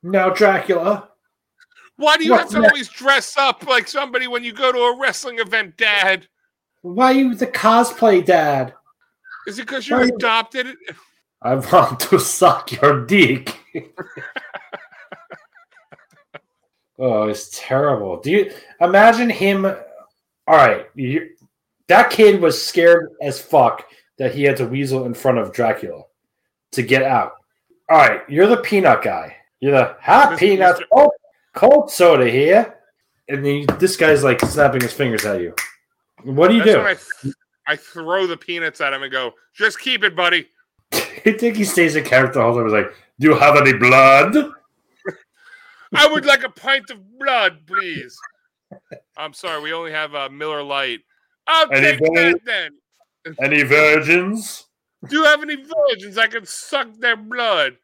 now Dracula. Why do you What have to the- always dress up like somebody when you go to a wrestling event, Dad? Why you the cosplay dad? Is it because you Why- adopted it? I want to suck your dick. oh, it's terrible. Do you imagine him? All right, you, that kid was scared as fuck that he had to weasel in front of Dracula to get out. All right, you're the peanut guy. You're the hot Mr. peanuts, Mr. cold, cold soda here, and then you, this guy's like snapping his fingers at you. What do you That's do? when [LAUGHS] I, th- I throw the peanuts at him and go, just keep it, buddy. I think he stays in character the whole time. He's like, "Do you have any blood?" I would like a pint of blood, please. I'm sorry, we only have uh, Miller Light. I'll Any take that virgins? then. Any virgins? Do you have any virgins I can suck their blood?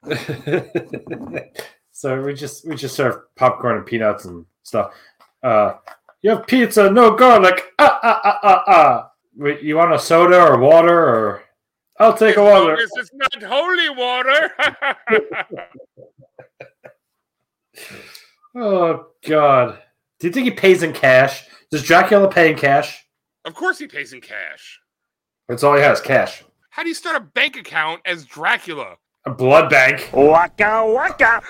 [LAUGHS] so we just we just serve popcorn and peanuts and stuff. Uh, you have pizza, no garlic. Ah ah ah ah ah. Wait, you want a soda or water or? I'll take a water. This is not holy water. [LAUGHS] Oh God! Do you think he pays in cash? Does Dracula pay in cash? of course he pays in cash. That's all he has, cash. How do you start a bank account as Dracula? A blood bank. Waka waka.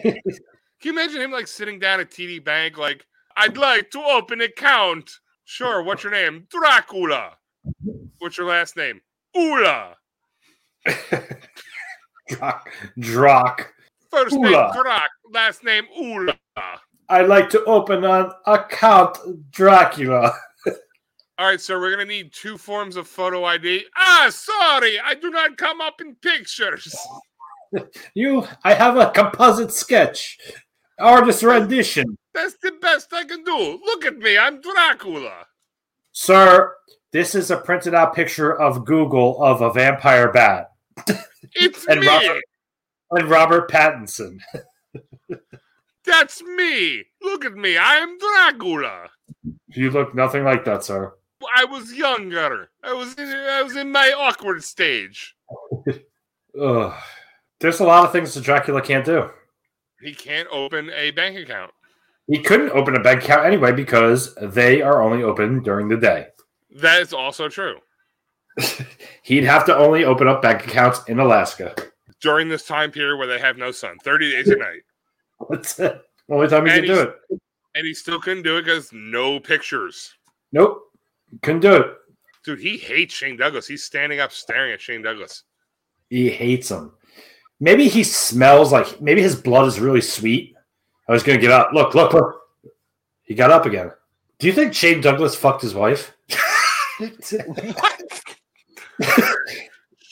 Can you imagine him like sitting down at TD Bank, like, I'd like to open account. Sure, what's your name? Dracula. What's your last name? Ula. Drock. First Ula. name Drac, last name Ula. I'd like to open an account, Dracula. All right, sir, we're gonna need two forms of photo ID. Ah, sorry, I do not come up in pictures. You, I have a composite sketch, artist rendition. That's the best I can do. Look at me, I'm Dracula. Sir, this is a printed out picture of Google of a vampire bat It's And me. Robert- and Robert Pattinson. That's me. Look at me, I am Dracula. You look nothing like that, sir. I was younger. I was in, I was in my awkward stage. Ugh. There's a lot of things that Dracula can't do. He can't open a bank account. He couldn't open a bank account anyway because they are only open during the day. That is also true. He'd have to only open up bank accounts in Alaska. [LAUGHS] During this time period where they have no sun, 30 days a night. That's it. Only time he And can do he's- it. And he still couldn't do it because no pictures. Nope. Couldn't do it. Dude, he hates Shane Douglas. He's standing up staring at Shane Douglas. He hates him. Maybe he smells like maybe his blood is really sweet. I was gonna get up. Look, look, look. He got up again. Do you think Shane Douglas fucked his wife? [LAUGHS]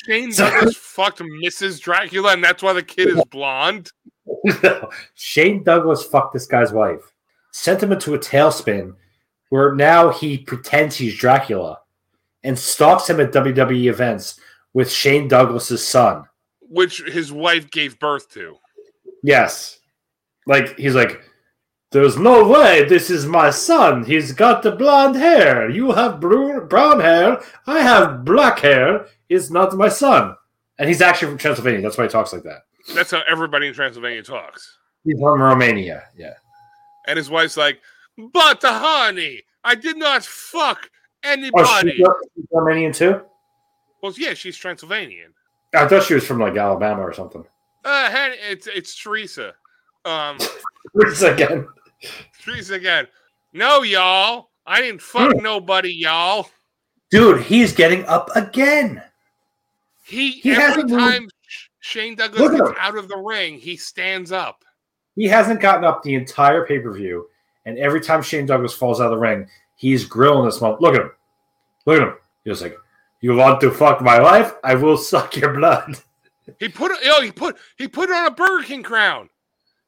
Shane Douglas fucked Mrs. Dracula, and that's why the kid is blonde. Shane Douglas fucked this guy's wife, sent him into a tailspin where now he pretends he's Dracula and stalks him at WWE events with Shane Douglas's son. Which his wife gave birth to. Yes. Like he's like, there's no way this is my son. He's got the blonde hair. You have bru- brown hair. I have black hair. It's not my son. And he's actually from Transylvania. That's why he talks like that. That's how everybody in Transylvania talks. He's from Romania. Yeah. And his wife's like, But honey, I did not fuck Oh, she's anybody. she's Romanian too. well, yeah, she's Transylvanian. I thought she was from like Alabama or something. [LAUGHS] Uh, honey, it's it's Teresa. Um, Once again, Teresa again. No, y'all, I didn't fuck Hmm. nobody, y'all. dude, he's getting up again. He, He every hasn't moved. time Sh- Shane Douglas Look at gets him. out of the ring, he stands up. He hasn't gotten up the entire pay per view, and every time Shane Douglas falls out of the ring, he's grilling this moment. Look at him. Look at him. He was like, "You want to fuck my wife? I will suck your blood." [LAUGHS] He put yo, he put he put on a Burger King crown.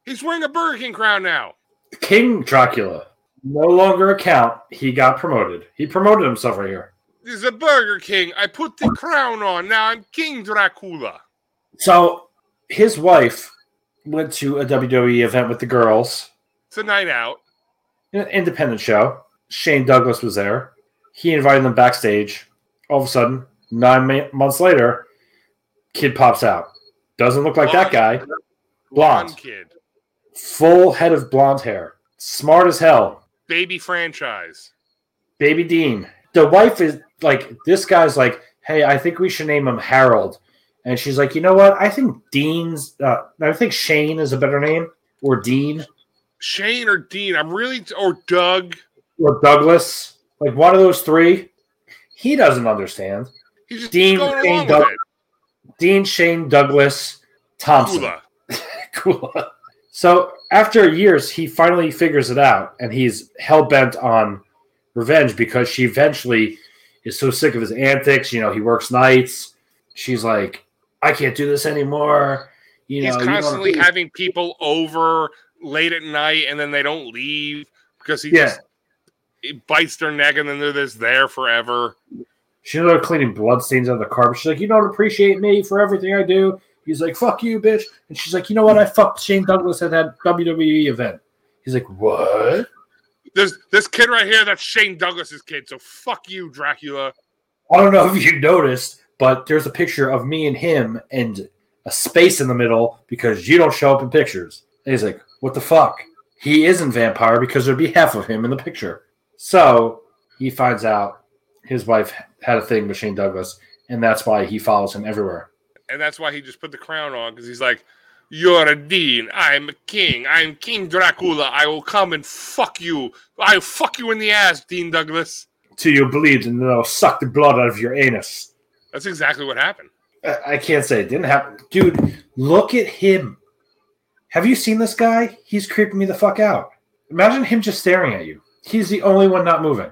He's wearing a Burger King crown now. King Dracula, no longer a count. He got promoted. He promoted himself right here. This is a Burger King. I put the crown on. Now I'm King Dracula. So his wife went to a WWE event with the girls, It's a night out. an independent show. Shane Douglas was there. He invited them backstage. All of a sudden, Nine ma- months later, kid pops out. Doesn't look like that guy. Blonde Blonde. kid. Full head of blonde hair. Smart as hell. Baby franchise. Baby Dean. The wife is like, this guy's like, hey, I think we should name him Harold. And she's like, you know what? I think Dean's, uh, I think Shane is a better name or Dean. Shane or Dean. I'm really or Doug. or Douglas, like one of those three, he doesn't understand. He's just Dean, going Shane, along Doug- with it. Dean, Shane, Douglas, Thompson. Kula. [LAUGHS] Cool. So after years, he finally figures it out, and he's hell bent on revenge because she eventually is so sick of his antics. You know, he works nights. She's like, I can't do this anymore. You know, He's you don't- constantly having people over late at night and then they don't leave because he Yeah. just it bites their neck and then they're just there forever. She's like cleaning bloodstains out of the carpet. She's like, You don't appreciate me for everything I do. He's like, Fuck you, bitch. And she's like, You know what? I fucked Shane Douglas at that WWE event. He's like, What? There's this kid right here, that's Shane Douglas's kid. So fuck you, Dracula. I don't know if you noticed, but there's a picture of me and him and a space in the middle because you don't show up in pictures. And he's like, What the fuck? He isn't vampire because there'd be half of him in the picture. So he finds out his wife had a thing with Shane Douglas, and that's why he follows him everywhere. And that's why he just put the crown on because he's like, You're a Dean. I'm a king. I'm King Dracula. I will come and fuck you. I'll fuck you in the ass, Dean Douglas. till you bleed, and then I'll suck the blood out of your anus. That's exactly what happened. I- I can't say it didn't happen, dude. Look at him. Have you seen this guy? He's creeping me the fuck out. Imagine him just staring at you. He's the only one not moving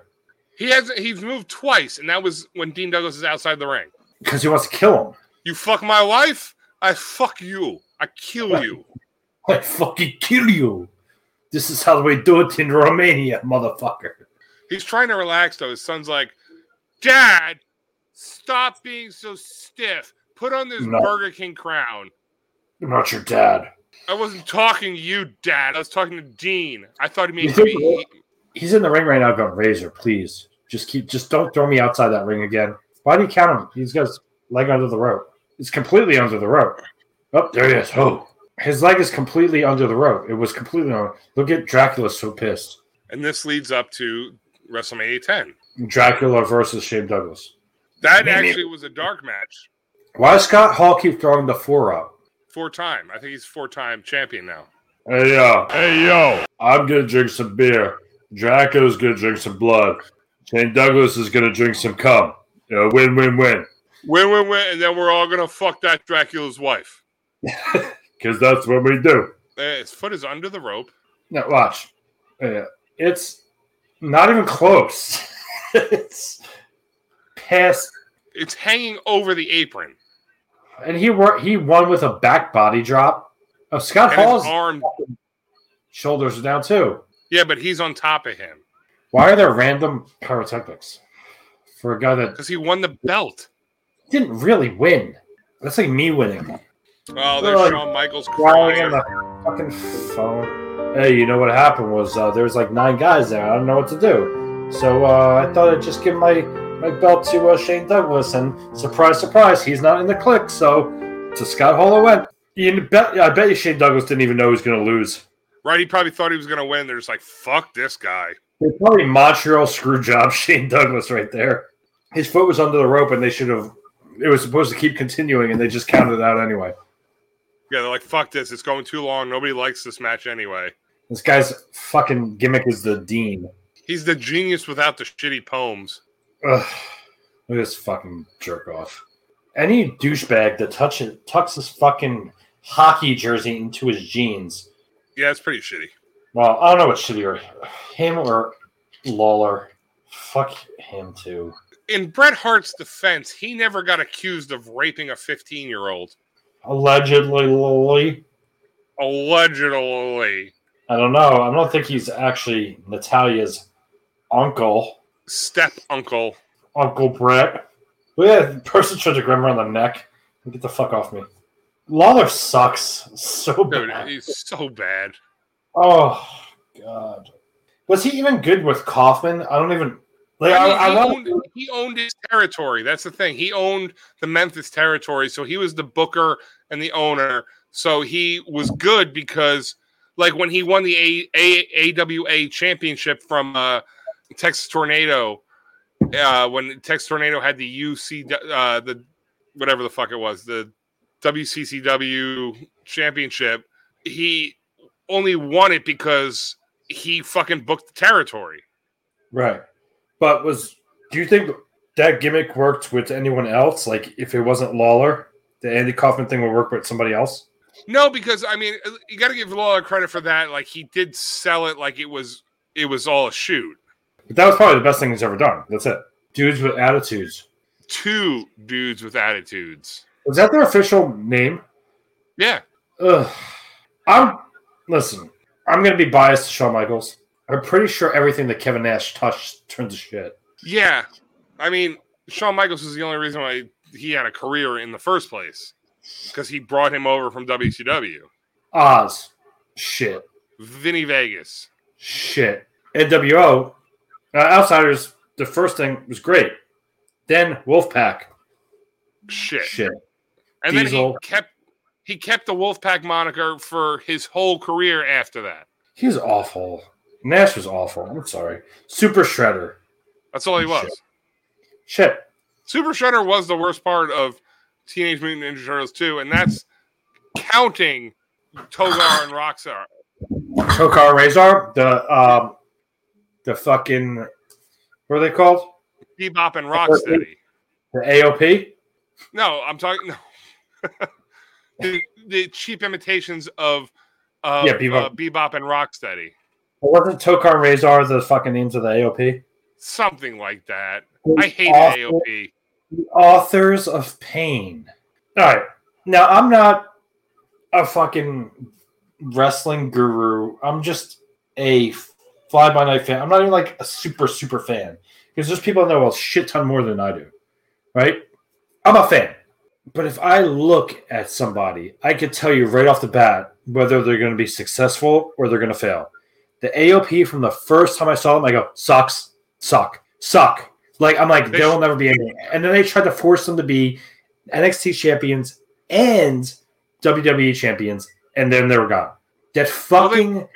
He has he's moved twice, and that was when Dean Douglas is outside the ring. because he wants to kill him. You fuck my wife, I fuck you. I kill you. [LAUGHS] I fucking kill you. This is how we do it in Romania, motherfucker. He's trying to relax though. His son's like, Dad, stop being so stiff. Put on this No. Burger King crown. I'm not your dad. I wasn't talking to you, Dad. I was talking to Dean. I thought he You made think me so? eat. He's in the ring right now, going Razor. Please, just keep, just don't throw me outside that ring again. Why do you count him? He's got his leg under the rope. It's completely under the rope. Oh, there he is. Oh, his leg is completely under the rope. It was completely on. Look at Dracula so pissed. And this leads up to WrestleMania 10. Dracula versus Shane Douglas. That Me neither. actually was a dark match. Why does Scott Hall keep throwing the four up? Four time. I think he's four time champion now. Hey yo, hey yo! I'm gonna drink some beer. Dracula's gonna drink some blood. Shane Douglas is gonna drink some cum. You know, win, win, win. Win, win, win, and then we're all gonna fuck that Dracula's wife. Because that's what we do. Uh, His foot is under the rope. No, watch. Uh, it's not even close. [LAUGHS] it's past, It's hanging over the apron, and he wor- he won with a back body drop. Oh, Scott and his Hall's arm. shoulders are down too. Yeah, but he's on top of him Why are there random pyrotechnics for a guy that because he won the belt. didn't really win? That's like me winning. Oh, there's Oh, Shawn Michaels Crying in crying. the fucking phone. Hey, you know what happened was uh, there was like nine guys there. I don't know what to do. So uh, I thought I'd just give my, my belt to uh, Shane Douglas. And surprise, surprise, he's not in the click. So to Scott Hall it went. You bet, I bet you Shane Douglas didn't even know he was going to lose. Right, he probably thought he was gonna win. They're just like, fuck this guy. They probably Montreal screw job [LAUGHS] Shane Douglas right there. His foot was under the rope and they should have. It was supposed to keep continuing and they just counted it out anyway. Yeah, they're like, fuck this. It's going too long. Nobody likes this match anyway. This guy's fucking gimmick is the Dean. He's the genius without the shitty poems. Ugh, look at this fucking jerk off. Any douchebag that touches tucks his fucking hockey jersey into his jeans. Yeah, it's pretty shitty. Well, I don't know what shittier, him or Lawler. Fuck him too. In Bret Hart's defense, he never got accused of raping a 15 year old. Allegedly, Lolly. Allegedly. I don't know. I don't think he's actually Natalia's uncle, Step uncle. Uncle Brett. Well, yeah, the person tried to grab her on the neck. Get the fuck off me. Lawler sucks so Dude, bad. he's so bad. Oh God, was he even good with Kaufman? I don't even. Like, I I, mean, I, he, want owned, he owned his territory. That's the thing. He owned the Memphis territory, so he was the booker and the owner. So he was good because, like, when he won the A- A- AWA championship from uh, Texas Tornado, uh, when Texas Tornado had the UC, uh, the whatever the fuck it was, the WCCW championship, he only won it because he fucking booked the territory. right. But was do you think that gimmick worked with anyone else? Like if it wasn't Lawler, the Andy Kaufman thing would work with somebody else. No, because I mean, uh, you got to give Lawler credit for that. Like he did sell it like it was it was all a shoot. But that was probably the best thing he's ever done. That's it. Dudes with attitudes. Two dudes with attitudes. Was that their official name? Yeah, Ugh. I'm listen. I'm gonna be biased to Shawn Michaels. I'm pretty sure everything that Kevin Nash touched turns to shit. yeah. I mean, Shawn Michaels was the only reason why he had a career in the first place because he brought him over from WCW. Oz, shit, Vinny Vegas. shit. NWO, uh, Outsiders. The first thing was great. Then Wolfpack, Shit. shit. and then Diesel. he kept he kept the Wolfpack moniker for his whole career after that. He's awful. Nash was awful. I'm sorry. Super Shredder, That's all he was. Shit. shit. Super Shredder was the worst part of Teenage Mutant Ninja Turtles 2, and that's counting Togar and Roxar. Tokar Razor, the um, the fucking what are they called? Bebop and Rocksteady. The AOP. No, I'm talking no. [LAUGHS] the, the cheap imitations of uh, Yeah, Bebop. uh, Bebop and Rocksteady. Wasn't Tokar Razor the fucking names of the AOP? Something like that. I hated Awful. AOP. Authors of Pain. All right. Now, I'm not a fucking wrestling guru. I'm just a fly by night fan. I'm not even like a super, super fan because there's people that know a shit ton more than I do. Right? I'm a fan. But if I look at somebody, I could tell you right off the bat whether they're going to be successful or they're going to fail. The AOP from the first time I saw them, I go, sucks, suck, suck. Like, I'm like, They- they'll never be anything. And then they tried to force them to be NXT champions and WWE E champions, and then they were gone. That Well, they- fucking,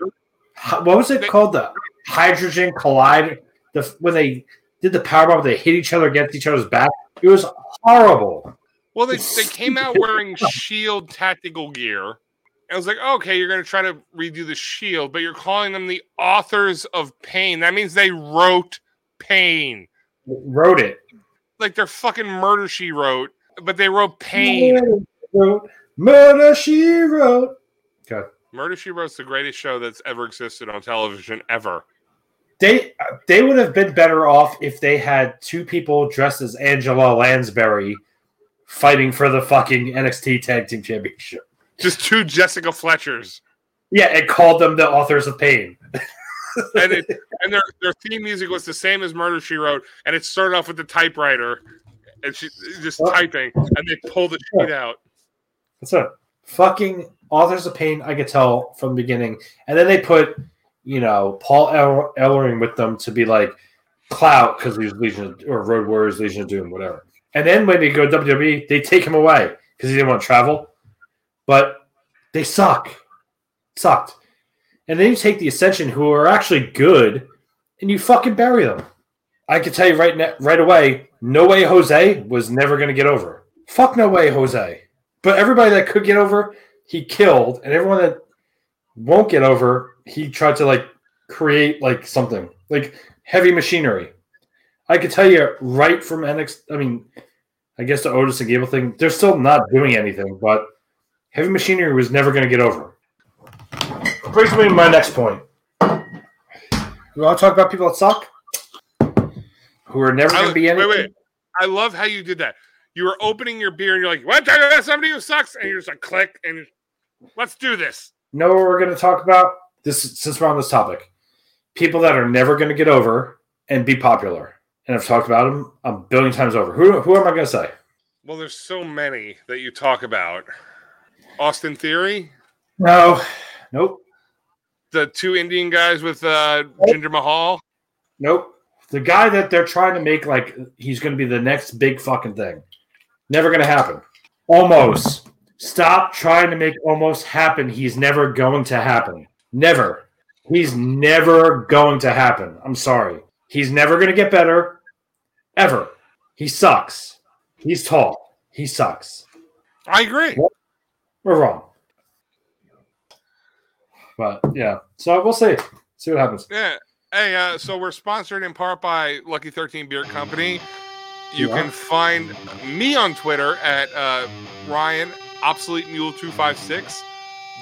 hi- what was it they- called? The hydrogen collide, the, when they did the powerbomb, they hit each other against each other's back. It was horrible. Well, they, they came out wearing shield E tactical gear. I was like, okay, you're going to try to redo the shield, E but you're calling them the authors of pain. That means they wrote pain. wrote it. Like they're fucking murder she wrote, but they wrote pain. Wrote, Murder she wrote. Murder she wrote's the greatest show that's ever existed on television ever. They they would have been better off if they had two people dressed as Angela Lansbury fighting for the fucking NXT Tag Team Championship. Just two [LAUGHS] Jessica Fletchers. Yeah, and called them the authors of pain. And it, and their their theme music was the same as Murder She Wrote, and it started off with the typewriter and she just Well- typing and they pulled the sheet out. That's it. Fucking authors of pain. I could tell from the beginning, and then they put you know Paul El- Ellering with them to be like clout because he was Legion of- or Road Warriors, Legion of Doom, whatever. And then when they go WWE, E, they take him away because he didn't want to travel. But they suck, sucked. And then you take the Ascension, who are actually good, and you fucking bury them. I can tell you right now, right away, No Way Jose was never going to get over. Fuck No Way Jose. But everybody that could get over, he killed, and everyone that won't get over, he tried to like create like something like heavy machinery. I could tell you right from NXT. I mean, I guess the Otis and Gable thing, they're still not doing anything, but heavy machinery was never going to get over. Brings me to my next point. You want to talk about people that suck, who are never I going to was- be anything? Wait, wait. I love how you did that. You were opening your beer and you're like, "What? Talk about somebody who sucks," and you're just like, "Click," and you're- let's do this. know what we're going to talk about this since we're on this topic people that are never going to get over and be popular and i've talked about them a billion times over who, who am i going to say Well, there's so many that you talk about. Austin Theory, no nope the two Indian guys with uh, Ginger Mahal. nope The guy that they're trying to make like he's going to be the next big fucking thing. Never going to happen. Almost. Stop trying to make almost happen. He's never going to happen. Never. He's never going to happen. I'm sorry. He's never going to get better. Ever. He sucks. He's tall. He sucks. I agree. We're wrong. But yeah. So we'll see. See what happens. Yeah. Hey, uh, so we're sponsored in part by Lucky 13 Beer Company. You Yeah. can find me on Twitter at uh, Ryan Obsolete Mule 256.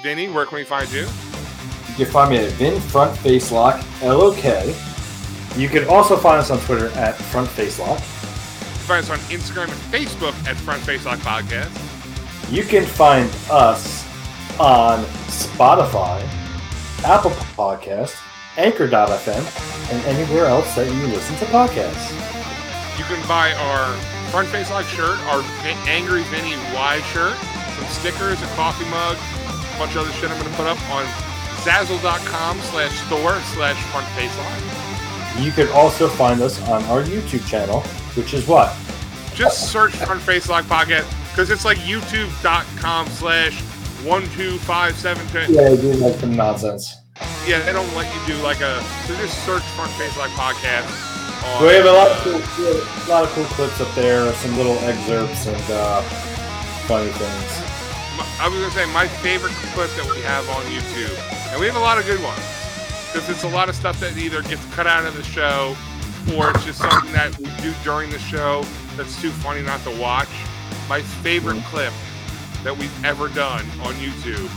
Vinny, where can we find you? You can find me at Vin Front Face Lock LOK. You can also find us on Twitter at Front Face Lock. Find us on Instagram and Facebook at Front Face Lock Podcast. You can find us on Spotify, Apple Podcast, Anchor.fm, and anywhere else that you listen to podcasts. You can buy our Front Face Lock shirt, our Vin- Angry Vinny Y shirt, some stickers, a coffee mug, a bunch of other shit I'm going to put up on Zazzle.com slash store slash Front Face Lock. You can also find us on our YouTube channel, which is what? Just search Front Face Lock Podcast because it's like YouTube.com slash 12572. Yeah, I do like some nonsense. Yeah, they don't let you do like a. So just search Front Face Lock Podcast. On, We have a lot, of uh, cool, a lot of cool clips up there, some little excerpts and uh, funny things. my- I was gonna say my favorite clip that we have on YouTube, and we have a lot of good ones, because it's a lot of stuff that either gets cut out of the show, or it's just something that we do during the show that's too funny not to watch. My favorite clip that we've ever done on YouTube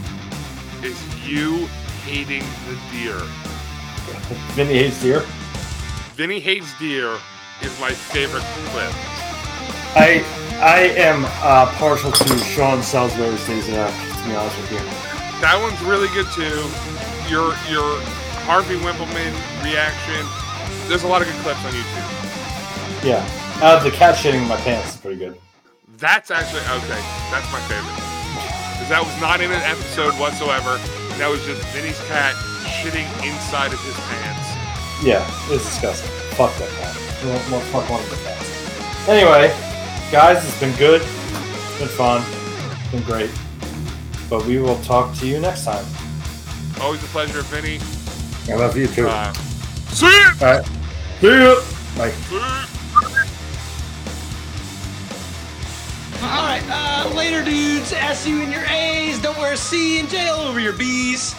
is you hating the deer. Vinny hates deer. Vinny hates deer is my favorite clip. I I am uh, partial to Sean Salisbury's Days of Ash, to be honest with you. That one's really good too. Your your Harvey Wimpleman reaction. There's a lot of good clips on YouTube. Yeah. Uh, the cat shitting in my pants is pretty good. That's actually okay. That's my favorite. Because that was not in an episode whatsoever. That was just Vinny's cat shitting inside of his pants. Yeah, it's disgusting. Fuck that cat. We won't- won't fuck one of the cats. Anyway, guys, it's been good. It's been fun. It's been great. But we will talk to you next time. Always a pleasure, Vinny. I love you too. Uh, see ya! See ya! Bye. See ya! All right, uh, later, dudes. S you in your A's. Don't wear a C and J all over your B's.